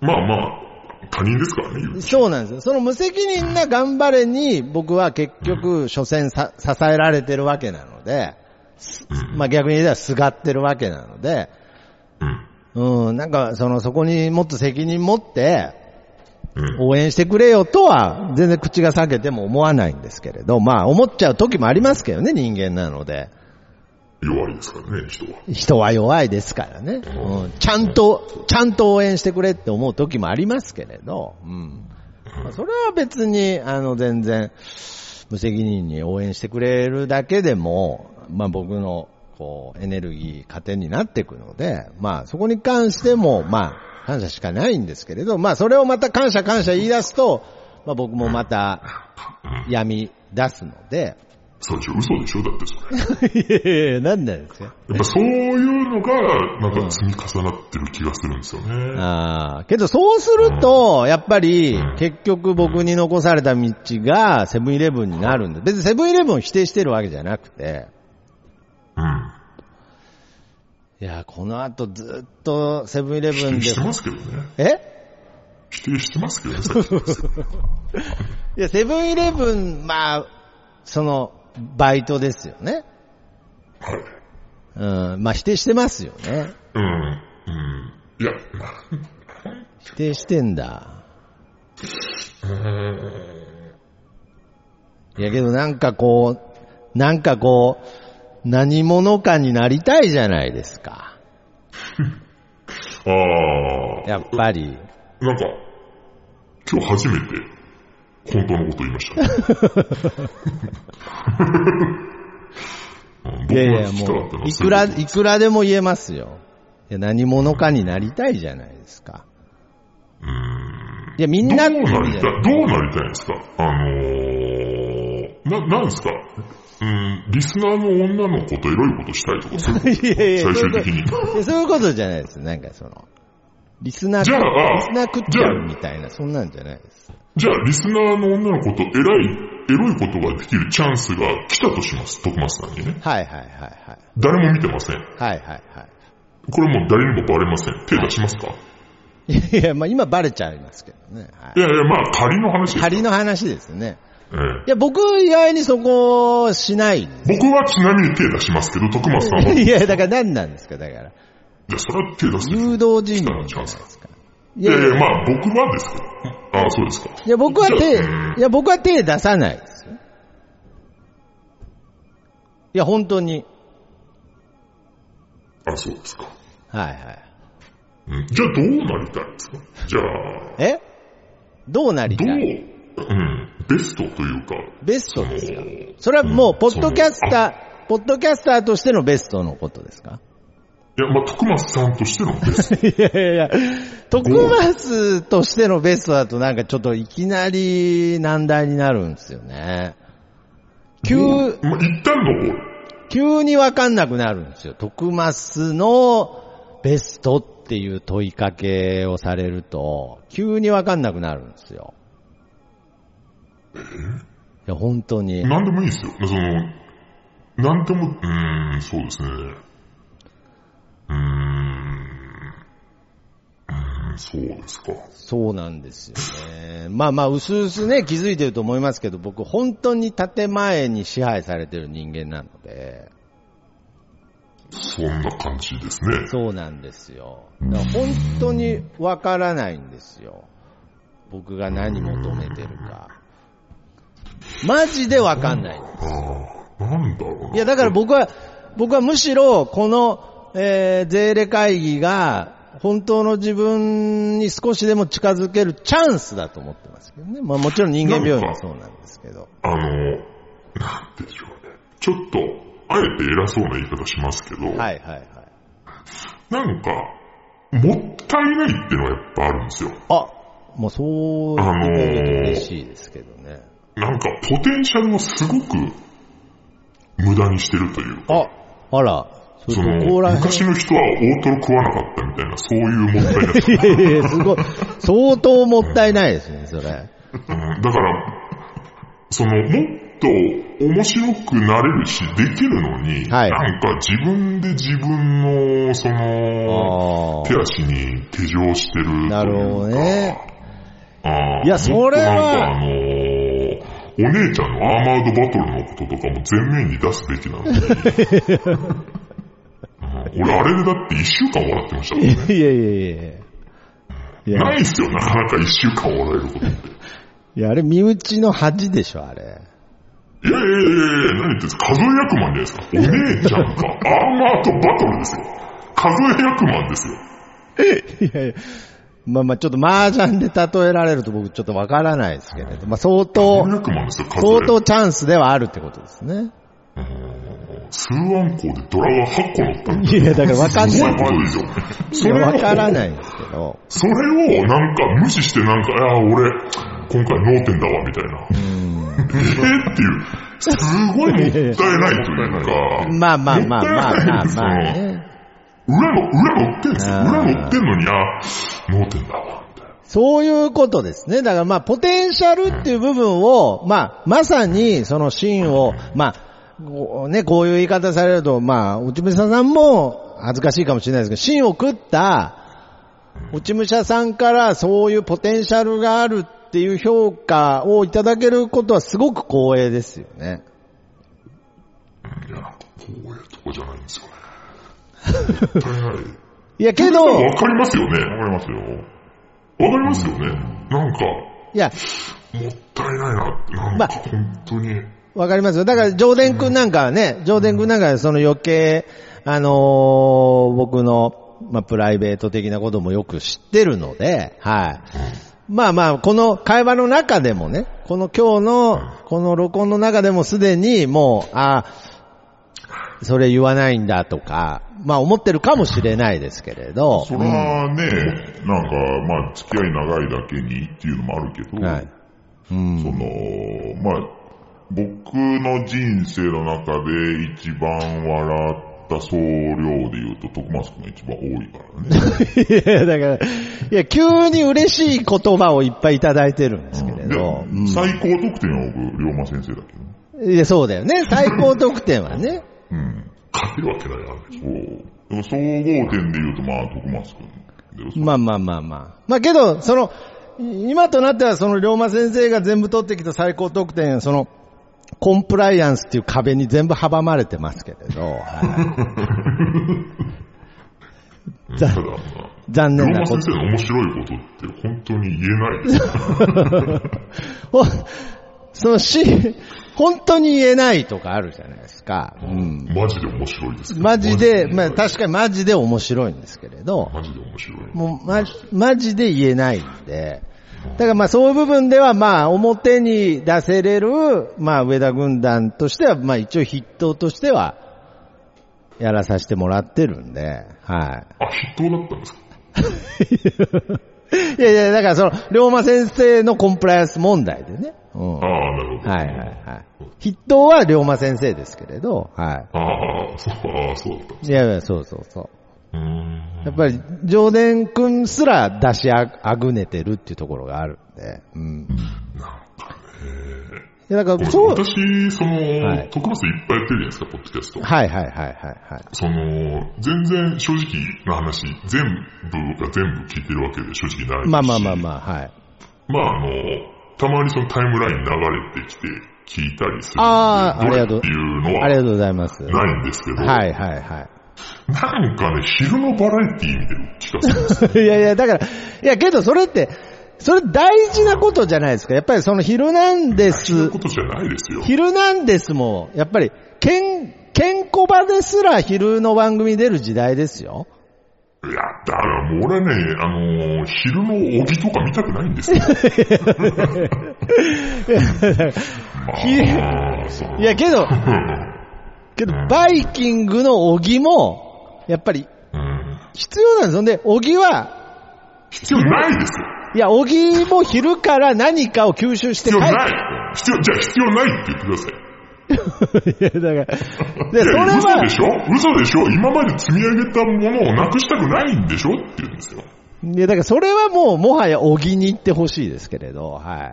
まあまあ、他人ですからね、言うそうなんですよ。その無責任な頑張れに僕は結局、所詮さ支えられてるわけなので、まあ逆に言えばすがってるわけなので、うん。うん、なんか、その、そこにもっと責任持って、うん。応援してくれよとは、全然口が裂けても思わないんですけれど、まあ、思っちゃう時もありますけどね、人間なので。弱いですからね、人は。人は弱いですからね。うん、ちゃんと、ちゃんと応援してくれって思う時もありますけれど、うん。まあそれは別に、あの、全然、無責任に応援してくれるだけでも、まあ僕の、こう、エネルギー、糧になっていくので、まあそこに関しても、まあ、感謝しかないんですけれど、まあそれをまた感謝感謝言い出すと、まあ僕もまた、闇出すので、最初嘘でしょだってそれ。や いやいや、なんなんですかっぱそういうのが、なんか積み重なってる気がするんですよね。ああ、けどそうすると、やっぱりうん、結局僕に残された道がセブンイレブンになるんで、別にセブンイレブンを否定してるわけじゃなくて、うん。いや、この後ずっとセブンイレブン否定でし、てますけどね。え否定してます けどね、最初いや、セブンイレブン、まあ、その、バイトですよね。はい。うん、まあ否定してますよね。うん。うん。い や、まあ、否定してんだ。いやけどなんかこう、なんかこう、何者かになりたいじゃないですか。あやっぱり。あ、なんか、今日初めて、本当のこと言いました、ね。 うんい僕やいがや聞きたかっもたのう、はいくら、いくらでも言えますよ。いや何者かになりたいじゃないですか。いや、みんなってど意うな味りじたゃい、などいうなりたいんですかあのー、な、なんですかうん、リスナーの女の子とエロいことしたいとか、そういうこといやいや、最そう終いうこと的に。いやそういうことじゃないです。なんかその、リスナー、じゃあリスナー食っちゃうみたいな、そんなんじゃないです。じゃあ、リスナーの女の子と偉い、エロいことができるチャンスが来たとします、徳松さんにね。はいはいはいはい。誰も見てません。はいはいはこれもう誰にもバレません。手出しますか、、い。いやいや、まあ今バレちゃいますけどね。はいやいや、まあ仮の話い、です。仮の話ですね。えいや、僕意外にそこしないです。え僕はちなみに手出しますけど、徳松さんは。 いいや、だから何なんですか、だから。や、それは手出すでしょ。誘導尋問じゃないですか。いいやいや、いまあ僕はですよ。ああ、そうですか。や僕はじ手、ゃあうんいや、僕は手出さないですよ。いや、本当に。あそうですか。はいはい。うんじゃあどうなりたいですかじゃあ、えどうなりどたう、いうん、ベストというか、ベストですかそれはもう、ポッドキャスター、ポッドキャスターとしてのベストのことですかいや、まあ徳松さんとしてのベスト。いやいやいや、徳松としてのベストだとなんかちょっといきなり難題になるんですよね。急、まあ一旦の方、急にわかんなくなるんですよ。徳松のベストっていう問いかけをされると、急にわかんなくなるんですよ。いや、本当に。なんでもいいですよ。その、なんでも、うーん、そうですね。うーん、うーん、そうですか。そうなんですよね。まあまあ、うすうすね、気づいてると思いますけど、僕、本当に建前に支配されてる人間なので、そんな感じですね。そうなんですよ。だから本当にわからないんですよ。僕が何求めてるか。マジでわかんない。ああ、なんだろうな。いや、だから僕は、僕はむしろ、この、えー、税レ会議が、本当の自分に少しでも近づけるチャンスだと思ってますけどね。まあもちろん人間病院もそうなんですけど。あの、なんでしょうね。ちょっと、あえて偉そうな言い方しますけど、はいはいはい。なんか、もったいないってのはやっぱあるんですよ。あ、もうそう言ってくれると嬉しいですけどね。なんか、ポテンシャルをすごく、無駄にしてるというかあ、あら、そそれのとここら辺昔の人は大トロ食わなかったみたいな、そういうもったいなさ、いやいやいや、すごい。相当もったいないですね、それ。うんだから、その、もっと面白くなれるし、できるのに、はいなんか自分で自分の、その、あ手足に手錠してるというか。あ。なるほどね。あーいやそれはもっとなんかあのーお姉ちゃんのアーマードバトルのこととかも全面に出すべきなのに。う ん俺、あれでだって一週間笑ってましたもんね。いやいやいやいや。いやないっすよ、なかなか一週間笑えることって。いや、あれ、身内の恥でしょ、あれ。いやいやいやいや、何言ってんすか数え役満じゃないですか。お姉ちゃ んか、アーマーとバトルですよ。数え役満ですよ。いやいや。まあまあ、ちょっと麻雀で例えられると僕ちょっとわからないですけれど、まあ相当数え、役満ですよ、数え相当チャンスではあるってことですね。数案校でドラが8個乗ったんいや、だからわかんすごないことでしょ。い。いそや、れわからを、ないんですけど。それをなんか無視してなんか、ああ、俺、今回盲点だわ、みたいな。えーっていう、すごいもったいないというか、 まあまあまあまあまあまあもったいないですよね。裏の、裏乗ってんすよ。あー裏乗ってんのに、ああ、盲点だわ、みたいな。そういうことですね。だからまあ、ポテンシャルっていう部分を、まあ、まさにそのシーンを、まあ、こうね、こういう言い方されると、まあ、内武者さんも恥ずかしいかもしれないですけど、シーンを食った、内武者さんからそういうポテンシャルがあるっていう評価をいただけることはすごく光栄ですよね。いや、なんかこういうとこじゃないんですよね。もったいない。いや、けど、わかりますよね。わかりますよ。わかりますよね。なんか、いや、もったいないな。なんまあか本当に。わかりますよ。だから、上田くんなんかはね、上田くんなんかはその余計、あのー僕の、まあ、プライベート的なこともよく知ってるので、はい。まあまあ、この会話の中でもね、この今日の、この録音の中でもすでにもう、あーそれ言わないんだとか、まあ思ってるかもしれないですけれどそ、れはね、なんか、まあ、付き合い長いだけにっていうのもあるけど、はい。 うそん。の、まあ、僕の人生の中で一番笑った総量で言うと、徳松君が一番多いからいね。や、だから、いや、急に嬉しい言葉をいっぱいいただいてるんですけれでど、うん最高得点は僕、龍馬先生だけどね。いや、そうだよね。最高得点はね。うん。勝てるわけないな。そう。でも総合点で言うと、まあ、徳松君だよ。そまあまあまあまあ。まあけど、その、今となってはその龍馬先生が全部取ってきた最高得点、その、コンプライアンスっていう壁に全部阻まれてますけれど、はいざただ、まあ残龍念な馬こ先生と。の面白いことって本当に言えないです よ。ほそのし、本当に言えないとかあるじゃないですか。うん。マジで面白いですけど。マジで、マまあ確かにマジで面白いんですけれど、マジで面白い。もう、ま、マジで言えないんで。だからまあそういう部分ではまあ表に出せれる、まあ上田軍団としてはまあ一応筆頭としてはやらさせてもらってるんで、はあ、筆頭だったんですか い。いやいや、だからその、龍馬先生のコンプライアンス問題でね。うん。あはいあ、なるほど。はいはい。筆頭は龍馬先生ですけれど、はああ、そう、ああ、そうだった。い。いやいや、そうそうそう。うーん。やっぱり、上田くんすら出しああぐねてるっていうところがあるんで、うん。いや、だから、そう、はい私、そはのい、徳松いっぱいやってるじゃないですか、ポッドキャスト。はいはいはいはい。その、全然正直な話、全部が全部聞いてるわけで正直ないし。まあまあまあまあ、はい。まああの、たまにそのタイムライン流れてきて聞いたりするんで。あーどれありがとうっていうのありはがとうございます。はないんですけど。いはいはなんかね、昼のバラエティ見てる気がするんです よ。い。いやいや、だから、いやけどそれって、それ大事なことじゃないですか。やっぱりそのヒルナンデそういうスこ、とじゃないですよ。ヒルナンデスも、やっぱり、けん、けんこばですら昼の番組出る時代です よ。いや、だからもう俺ね、あのー昼の帯とか見たくないん ですよ。まあ、そう。いやけど、けど、バイキングの小木も、やっぱり うん。必要なんですよ。で、小木は、必要ないですよ。いや、小木も昼から何かを吸収して必要帰っない。必要、じゃあ必要ないって言ってください。て。 いや、だから、で、いやそれ嘘 はで、しょ嘘でしょ今まで積み上げたものをなくしたくないんでしょって言うんですよ。いや、だからそれはもう、もはや小木に行ってほしいですけれど、 はい。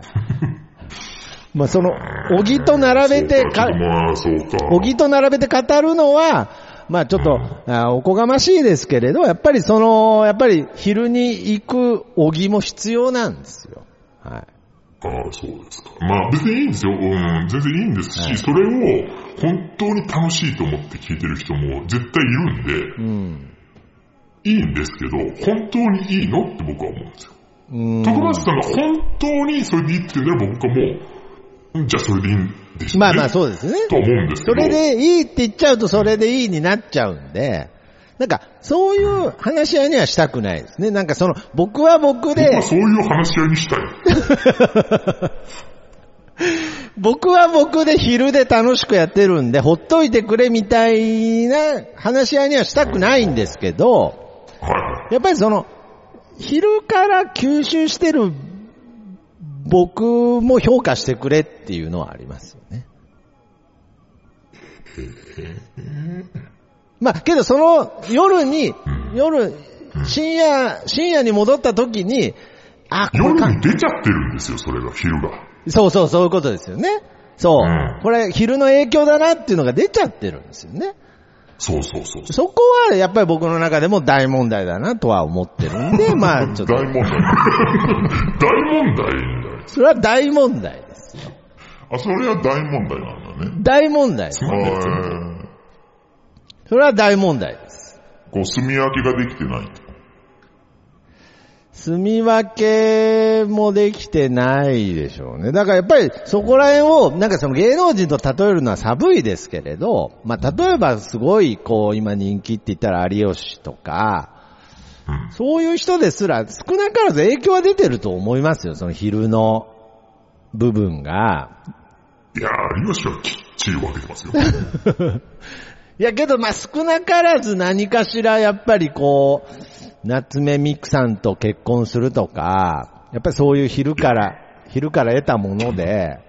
まあ、その、小木と並べてそうかか、まあ、そうか。小木と並べて語るのは、まあちょっと、あおこがましいですけれど、やっぱりその、やっぱり昼に行く小木も必要なんですよ。はい。ああ、そうですか。まあ別にいいんですよ。うん、全然いいんですし、それを本当に楽しいと思って聞いてる人も絶対いるんで、うん。いいんですけど、本当にいいのって僕は思うんですよ。うん。徳松さんが本当にそれでいいって言うなら僕はもううん、じゃあそれでいいんですね。まあまあう。そうですね。とは思うんですけど。それでいいって言っちゃうとそれでいいになっちゃうんで、なんかそういう話し合いにはしたくないですね。なんかその僕は僕僕では、そういう話し合いにしたい。 僕は僕で昼で楽しくやってるんで、ほっといてくれみたいな話し合いにはしたくないんですけど、はい。やっぱりその、昼から吸収してる僕も評価してくれっていうのはありますよね。まあ、けどその夜に、夜、深夜、深夜に戻った時に、あ、これか夜に出ちゃってるんですよ、それが、昼が。そうそう、そういうことですよね。そう。うんこれ、昼の影響だなっていうのが出ちゃってるんですよね。そうそうそう。そこは、やっぱり僕の中でも大問題だなとは思ってる んで、まあ、ちょっ大と、問題。大問題じゃないですそれは大問題です。あ、それは大問題なんだね。大問題です。はい。それは大問題です。こう、住み分けができてないと。住み分けもできてないでしょうね。だからやっぱりそこら辺を、なんかその芸能人と例えるのは寒いですけれど、まあ例えばすごいこう今人気って言ったら有吉とか、うんそういう人ですら少なからず影響は出てると思いますよ、その昼の部分が。いやー、有吉はきっちり分けてますよ。いやけどまあ少なからず何かしらやっぱりこう、夏目みくさんと結婚するとか、やっぱりそういう昼から、昼から得たもので、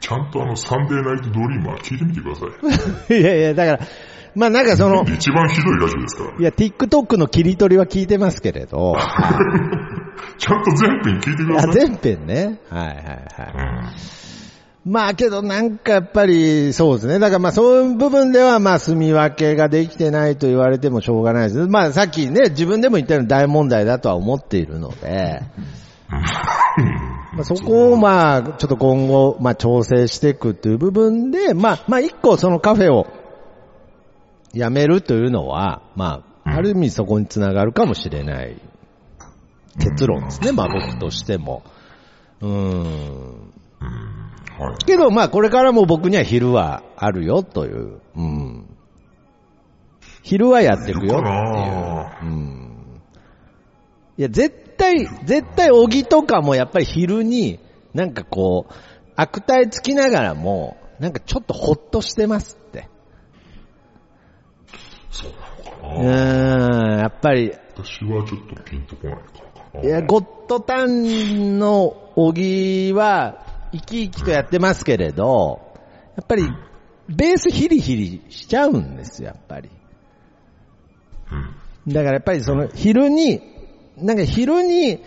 ちゃんとあの、サンデーナイトドリーマー聞いてみてください。 いやいや、だから、まあなんかその、一番ひどいラジオです からいね。や、TikTok の切り取りは聞いてますけれど、ちゃんと全編聞いてくだあさい。全編ね。はいはいはうんい。まあけどなんかやっぱり、そうですね。だからまあそういう部分ではまあ住み分けができてないと言われてもしょうがないです。まあさっきね、自分でも言ったように大問題だとは思っているので、まあ、そこをまあ、ちょっと今後、まあ調整していくっていう部分で、まあ、まあ一個そのカフェを辞めるというのは、まあ、ある意味そこにつながるかもしれない結論ですね、まあ僕としても。うーん。はい。けどまあこれからも僕には昼はあるよという、うん。昼はやっていくかよっていう。なぁいや、絶対、絶対、小木とかもやっぱり昼に、なんかこう、悪態つきながらも、なんかちょっとほっとしてますって。そうなのうーかん、なやっぱり、私はちょっとピンとこないからかな。いや、ゴッドタンの小木は、生き生きとやってますけれど、やっぱり、ベースヒリヒリしちゃうんですよ、やっぱり。うん。だからやっぱりその昼に、なんか昼に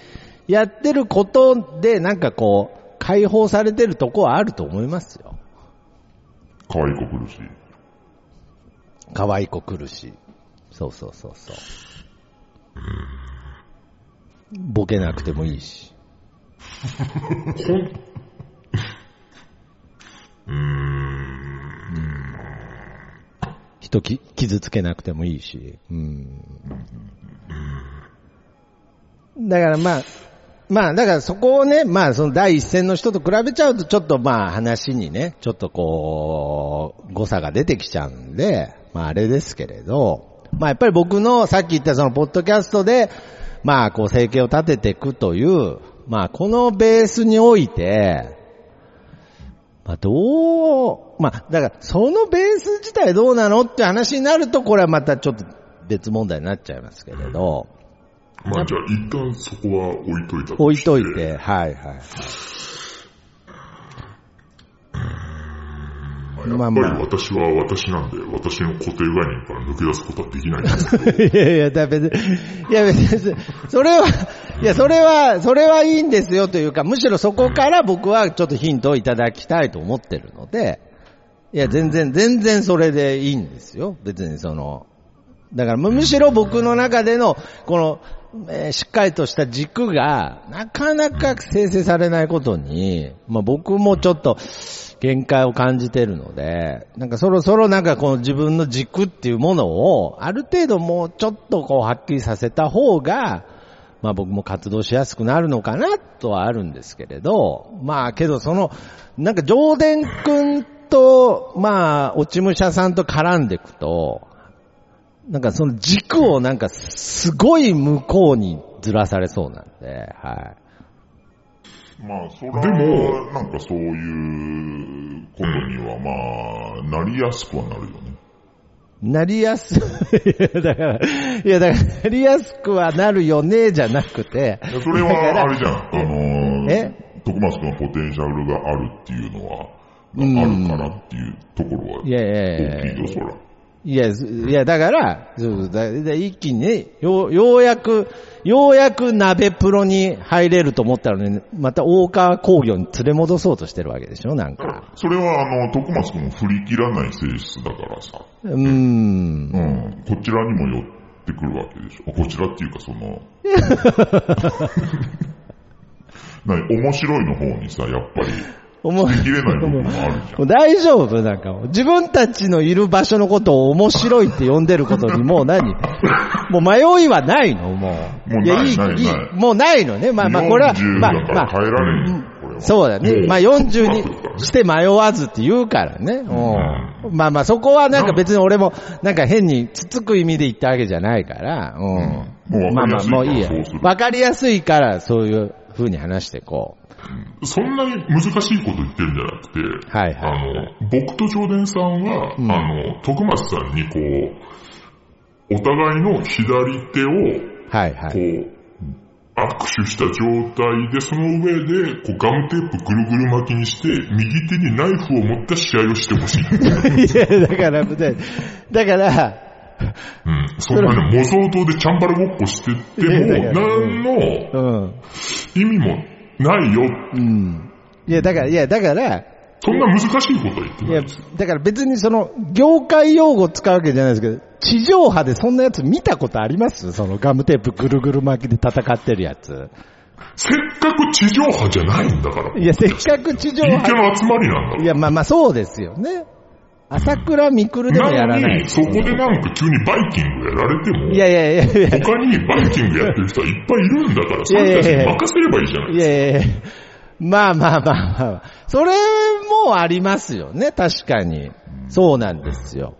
やってることでなんかこう、解放されてるとこはあると思いますよ。可愛い子苦しい。可愛い子来るし。そうそうそうそう。ボケなくてもいいし。人き傷つけなくてもいいし。うん。だからまあ、まあだからそこをね、まあその第一線の人と比べちゃうとちょっとまあ話にね、ちょっとこう、誤差が出てきちゃうんで、まああれですけれど、まあやっぱり僕のさっき言ったそのポッドキャストで、まあこう生計を立てていくという、まあこのベースにおいて、まあ、どう、まあ、だから、そのベース自体どうなのって話になると、これはまたちょっと別問題になっちゃいますけれど、まあじゃあ一旦そこは置いといた置いしてとい。て、はいはい。やっぱまありまあ。私は私なんで、私の固定概念から抜け出すことはできないんです けど、 いやいや、だ別に、いや別に、それは、いや、それは、それはいいんですよというか、むしろそこから僕はちょっとヒントをいただきたいと思ってるので、いや、全然、全然それでいいんですよ。別にその、だからむむしろ僕の中での、この、えーしっかりとした軸が、なかなか生成されないことに、まあ僕もちょっと限界を感じてるので、なんかそろそろなんかこの自分の軸っていうものを、ある程度もうちょっとこうはっきりさせた方が、まあ僕も活動しやすくなるのかなとはあるんですけれど、まあけどその、なんか上田くんと、まあ、落ち武者さんと絡んでいくと、なんかその軸をなんかすごい向こうにずらされそうなんで、はい。まあ、それでも、もなんかそういうことには、まあ、なりやすくはなるよね。なりやす、い やだから、いやだから、なりやすくはなるよね、じゃなくて、いやそれは、あれじゃん。あのえ徳松君のポテンシャルがあるっていうのは、うんあるからっていうところはいやいやいや大きいよ、そら。いや、ずいや、だから、そうだだ一気にね、よう、ようやく、ようやく鍋プロに入れると思ったらね、また大川工業に連れ戻そうとしてるわけでしょ、なんか。それは、あの、徳松君も振り切らない性質だからさ、うーんう。ん、こちらにも寄ってくるわけでしょ。こちらっていうか、そ の、なに面白いの方にさ、やっぱり、思う。切れない部分もあるじゃんもう大丈夫なんかもう自分たちのいる場所のことを面白いって呼んでることに もう何もう迷いはないのもう。もうないや、いい、ないいないもうないのね。まあまあこれは、 40まあだかまら変えあ、られんよ、これは。そうだね。もうまあ40にして迷わずって言うからね。うんまあまあそこはなんか別に俺もなんか変につつく意味で言ったわけじゃないから。うん。もう分まかありまあやすいからもういいやそうする。わかりやすいからそういう風に話してこう。そんなに難しいこと言ってるんじゃなくて、はいはいはいあの、僕と上田さんは、うんあの、徳松さんにこう、お互いの左手を、はいはこう、い。握手した状態で、その上で、こう、ガムテープぐるぐる巻きにして、右手にナイフを持った試合をしてほ しい。いや、だから、だから、うん。そんなね、模造刀でチャンバルごっこしててもいやいや、何のうん。意味もないよ。うん。いや、だから、いや、だから、そんな難しいことは言っていないやです。、だから別にその、業界用語使うわけじゃないですけど、地上波でそんなやつ見たことありますそのガムテープぐるぐる巻きで戦ってるやつ。せっかく地上波じゃないんだから。いや、せっかく地上陰キャ波。の集まりなんだいや、まあまあそうですよね。朝倉みくるでもやらななのい。に、そこでなんか急にバイキングやられても、いやいやいやいや。他にバイキングやってる人はいっぱいいるんだから、いそやいやれいたちやに任せればいいじゃないい。やいやいやまあまあまあまあまあ。それもありますよね、確かに。そうなんですよ。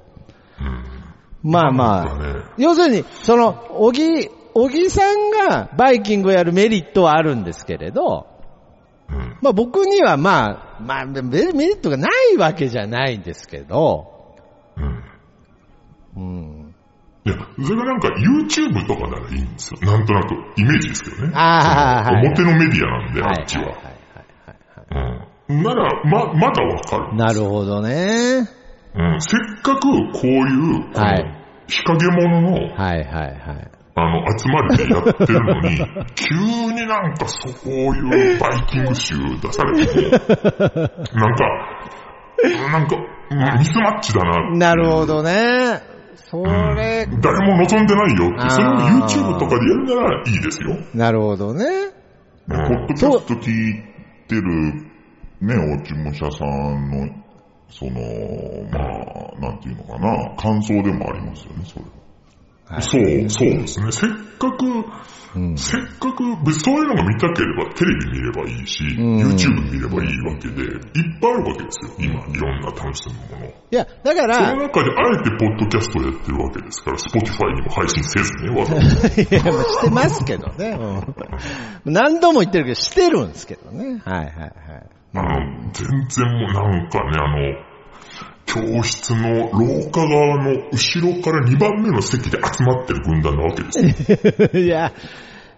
まなあんかねまあ。要するに、その、小木、小木さんがバイキングをやるメリットはあるんですけれど、うんまあ僕にはまあ、まあメメリットがないわけじゃないんですけど、うんうん。いや、それがなんか YouTube とかならいいんですよ。なんとなく、イメージですけどね。ああ、はい。表のメディアなんで、あはいっちはいはいは。うはいんなら、ま、まだわかる。なるほどね。うんせっかくこういう、このはい日陰者の、はいはいはい。あの、集まりでやってるのに、急になんかそういうバイキング集出されても、なんか、なんか、うんミスマッチだな。なるほどね。それ、誰も望んでないよっあーて、それを YouTube とかでやるならいいですよ。なるほどね。ポッドキャスト聞いてる、ね、落ち武者さんの、その、まあ、なんていうのかな、感想でもありますよね、それは。そう、そうですね。せっかく、うん。せっかく、別にそういうのが見たければテレビ見ればいいし、ん YouTube 見ればいいわけで、いっぱいあるわけですよ。今、いろんな楽しみもの。いや、そだかのら、中であえてポッドキャストをやってるわけですから、Spotify にも配信せずね、わざわざ。いや、まあしてますけどね。うん何度も言ってるけど、してるんですけどね。はいはいはい。あの、全然もうなんかね、あの、教室の廊下側の後ろから2番目の席で集まってる軍団なわけですよ。 いや、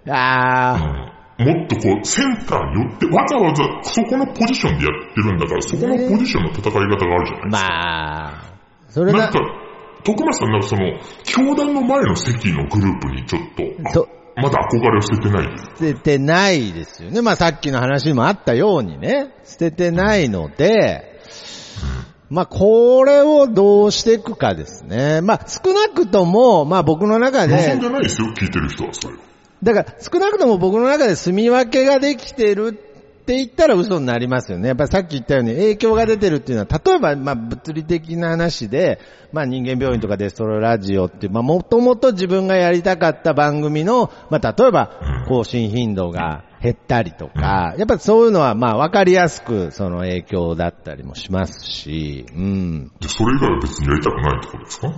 あもっとこう、センターに寄って、わざわざそこのポジションでやってるんだから、そこのポジションの戦い方があるじゃなー、いですか。まあ、それなんなか、、徳松さんなんかその、教団の前の席のグループにちょっと、と、あまだ憧れを捨ててないです。捨ててないですよね。まあさっきの話にもあったようにね、捨ててないので、まあ、これをどうしていくかですね。まあ、少なくとも、まあ僕の中予想でじ、ゃないですよ、聞いてる人はそれ。だから少なくとも僕の中で住み分けができてるって言ったら嘘になりますよね。やっぱりさっき言ったように影響が出てるっていうのは、例えばまあ物理的な話で、まあ人間病院とかデストロラジオっていう、まあもともと自分がやりたかった番組の、まあ例えば更新頻度が減ったりとか、やっぱりそういうのはまあわかりやすくその影響だったりもしますし、うん。で、それ以外は別にやりたくないってことですかい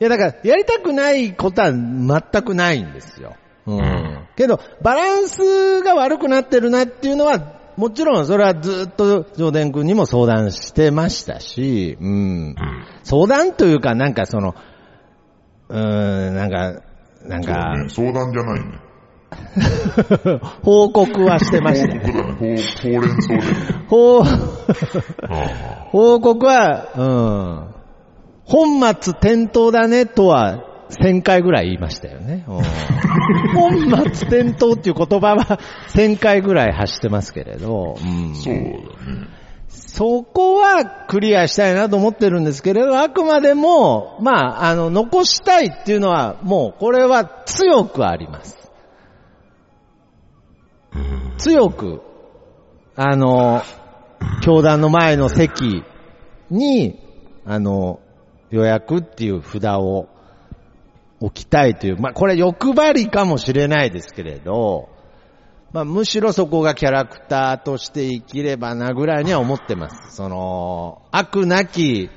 や、だから、やりたくないことは全くないんですよ。うん。けど、バランスが悪くなってるなっていうのは、もちろんそれはずっと上田君にも相談してましたし、うん。相談というか、なんかその、うーん、なんか、なんか、そうね、相談じゃないね。 報告はしてました。僕 だね、ほうほうれん草で。報、ああ。報告は、うん、本末転倒だねとは、1000回ぐらい言いましたよね。うん本末転倒っていう言葉は1000回ぐらい発してますけれど、うんそうだね。そこはクリアしたいなと思ってるんですけれど、あくまでも、まあ、あの、残したいっていうのは、もうこれは強くあります。強く、あの、教団の前の席に、あの、予約っていう札を置きたいという、まあ、これ欲張りかもしれないですけれど、まあ、むしろそこがキャラクターとして生きればなぐらいには思ってます。その、悪なき、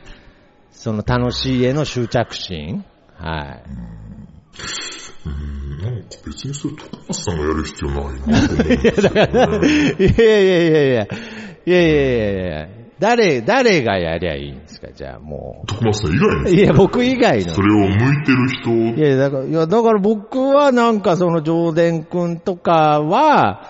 その楽しいへの執着心。はい。うん、なんか別にそれ、徳松さんがやる必要ないなと思うんですけいやどね。いやいやいやいや。いやいやいやいや誰、誰がやりゃいいんですかじゃあも徳松さん以外う。に、いや、僕以外のそ。れを向いてる人、いや、だから、いや、だから僕はなんかその、上田くんとかは、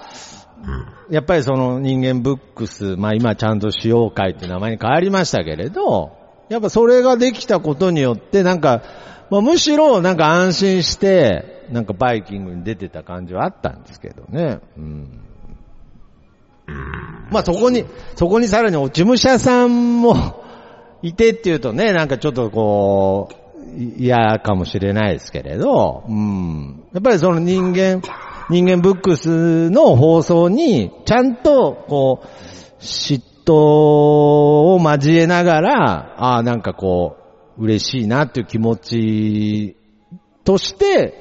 やっぱりその人間ブックス、まあ今ちゃんと使用会って名前に変わりましたけれど、やっぱそれができたことによってなんか、まあむしろなんか安心して、なんかバイキングに出てた感じはあったんですけどね。うん。まあそこに、そこにさらに事務者さんもいてっていうとね、なんかちょっとこう、い嫌かもしれないですけれど、うん。やっぱりその人間、人間ブックスの放送に、ちゃんとこう、嫉妬を交えながら、ああ、なんかこう、嬉しいなっていう気持ちとして、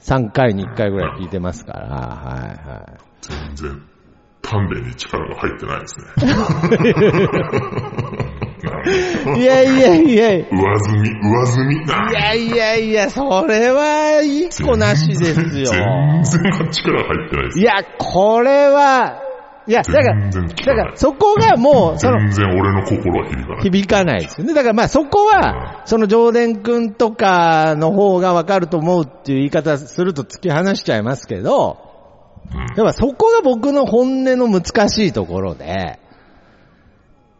3回に1回ぐらい聞いてますから、はいはい。全然、鍛錬に力が入ってない ですね。いやいやいやい上積み、上積み。いやいやいや、それはいい子なしですよ。全然力入ってないです。いや、これは、いや、だから、全然だ聞かかないらそこがもう、その、全然俺の心は響かない。響かないですよね。だからまあそこは、その上田くんとかの方がわかると思うっていう言い方すると突き放しちゃいますけど、やっぱそこが僕の本音の難しいところで、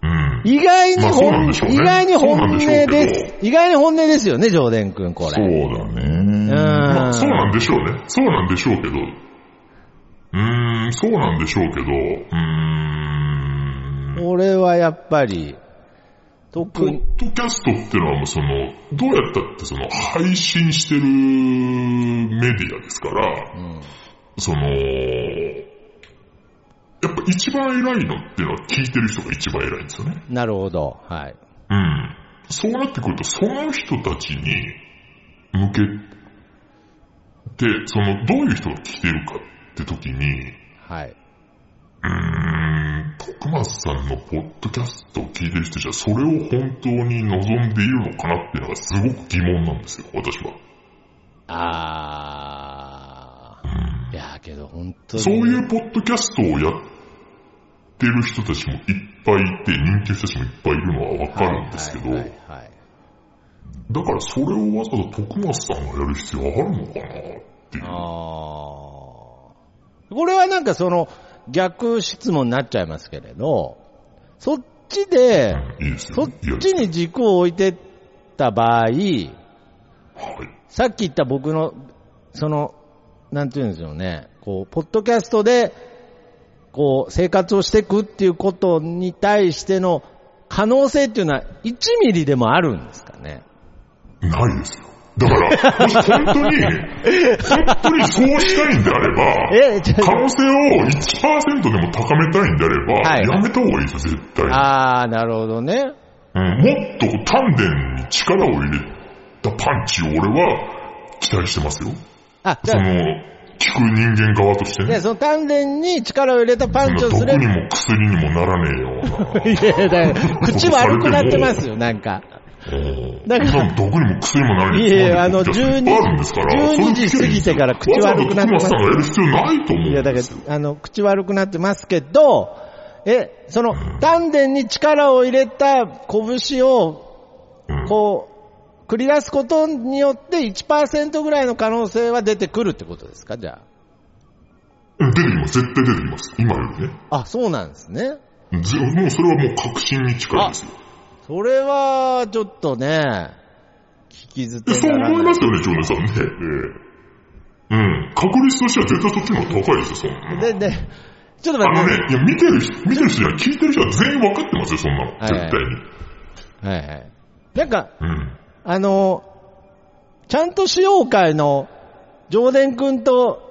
うん。意外にまあそうなん本、でしょうね意外に本音そうなんでしょうです。意外に本音ですよね、上田くん、こそうれ。だね。まあ、そううん。なんでしょうね。そうなんでしょうけど。うーん、そうなんでしょうけど、うーん。俺はやっぱり、特ポにッ、ドキャストってのはもうその、どうやったってその配信してるメディアですから、その、やっぱ一番偉いのっていうのは聞いてる人が一番偉いんですよね。なるほど、はい。うん。そうなってくると、その人たちに向けて、その、どういう人が聞いてるかって時に、はい。うーん、徳松さんのポッドキャストを聞いてる人じゃ、それを本当に望んでいるのかなっていうのがすごく疑問なんですよ、私は。あー。いやーけど本当に。そういうポッドキャストをやってる人たちもいっぱいいて、人気の人たちもいっぱいいるのはわかるんですけど、はいはいはいはいだからそれをわざわざ徳松さんがやる必要あるのかなっていう。あーこれはなんかその逆質問になっちゃいますけれど、そっちで、いいですそよっね。いやちに軸を置いてった場合、はい。さっき言った僕の、その、なんていうんですよね、こう、ポッドキャストで、こう、生活をしていくっていうことに対しての可能性っていうのは1ミリでもあるんですかね。ないですよ。だから、もし本当に、本当にそうしたいんであれば、え、ちょ可能性を1%でも高めたいんであれば、はいやめた方がいいですよ、絶対に。あー、なるほどね。うんもっと丹田に力を入れたパンチを俺は期待してますよ。あ、じそゃのあ、、聞く人間側としてね、ね。その鍛錬に力を入れたパンチをす毒にる。も薬にもならねえような。いや、だから、口悪くなってますよ、なんか。 だだかからら、毒にも薬にもならねいええいえあのいやいっぱいあるんですから12それを聞けばいいんですよ時過ぎてから口悪くなってますわざわざ徳松さんがやる必要ないと思う。いや、だから、あの、口悪くなってますけど、え、その、丹田に力を入れた拳を、うんこう、繰り出すことによって1%ぐらいの可能性は出てくるってことですかじゃ出てきます。絶対出てきます。今よりね。あ。あ、そうなんですね。ぜもうそれはもう確信に近いですよ。それは、ちょっとね、聞き捨えてそうなら思いなまい。すよね、常連さんね。ええうん。確率としては絶対そっちの方が高いですよ、そんなの。で、で、ちょっとあ待のっねて、、いや、見てる人、見てる人じゃない聞いてる人は全員分かってますよ、そんなの。はい絶対に。はいはい。なんか、うん。あの、ちゃんと使用会の上田くんと、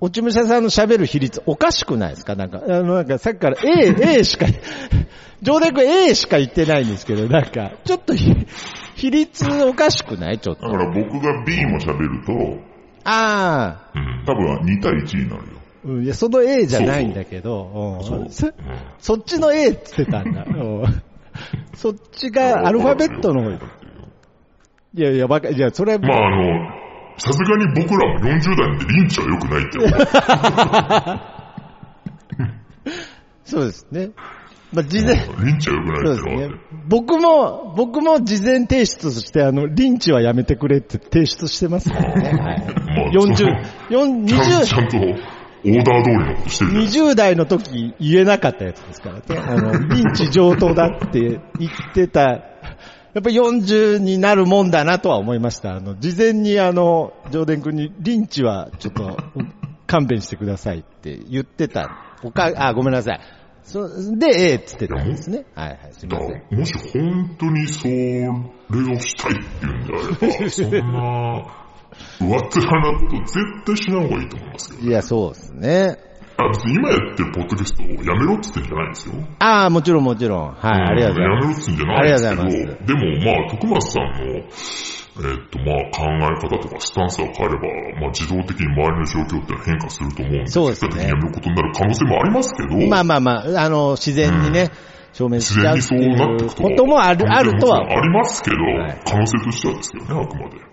落ち武者さんの喋る比率おかしくないですかなんか、あの、なんかさっきから A、A しか、 上田くん A しか言ってないんですけど、なんか、ちょっとひ比率おかしくないちょっだと。から僕が B も喋ると、ああ、うん。多分2対1になるよ。うん、いや、その A じゃないんだけど、そううんそそっちの A って言ってたん だ。うんそっちがアルファベットの方いいやいや、ばか、いや、それ、まあ、あの、さすがに僕らも40代なんでリンチは良くないって思う。そうですね。まあ、事前、 リンチは良くないっそうですてねのは。。僕も、僕も事前提出として、あの、リンチはやめてくれって提出してますからね。 まはあい。40そう、 4ちゃんち20、ゃんと、オーダー通りのことしてるじゃないですか。 20代の時言えなかったやつですからね。あの、リンチ上等だって言ってた、やっぱり40になるもんだなとは思いました。あの、事前にあの、上田君にリンチはちょっと勘弁してくださいって言ってた。おか、あ、ごめんなさい。そで、ええっつってたんですね。はいはい、すいだまかせらん。もし本当にそれをしたいっていうんであれば、そんな、上っ面なこと絶対しない方がいいと思いますけど。いや、そうですね。あ、別に今やってるポッドキャストをやめろって言ってんじゃないんですよ。ああ、もちろんもちろん。はい、ありがとうございやめまろす。って言ってんじゃないんですけど、ありがとでもまあ、徳松さんの、えーっとまあ、考え方とかスタンスが変えれば、まあ自動的に周りの状況ってのは変化すると思うんで、そうですね結果的にやめることになる可能性もありますけど、まあまあまあ、あの、自然にね、証明し自ちゃ然にそううっていなってうくと。こともある、あるとはありますけど、はい可能性としてはですけどね、あくまで。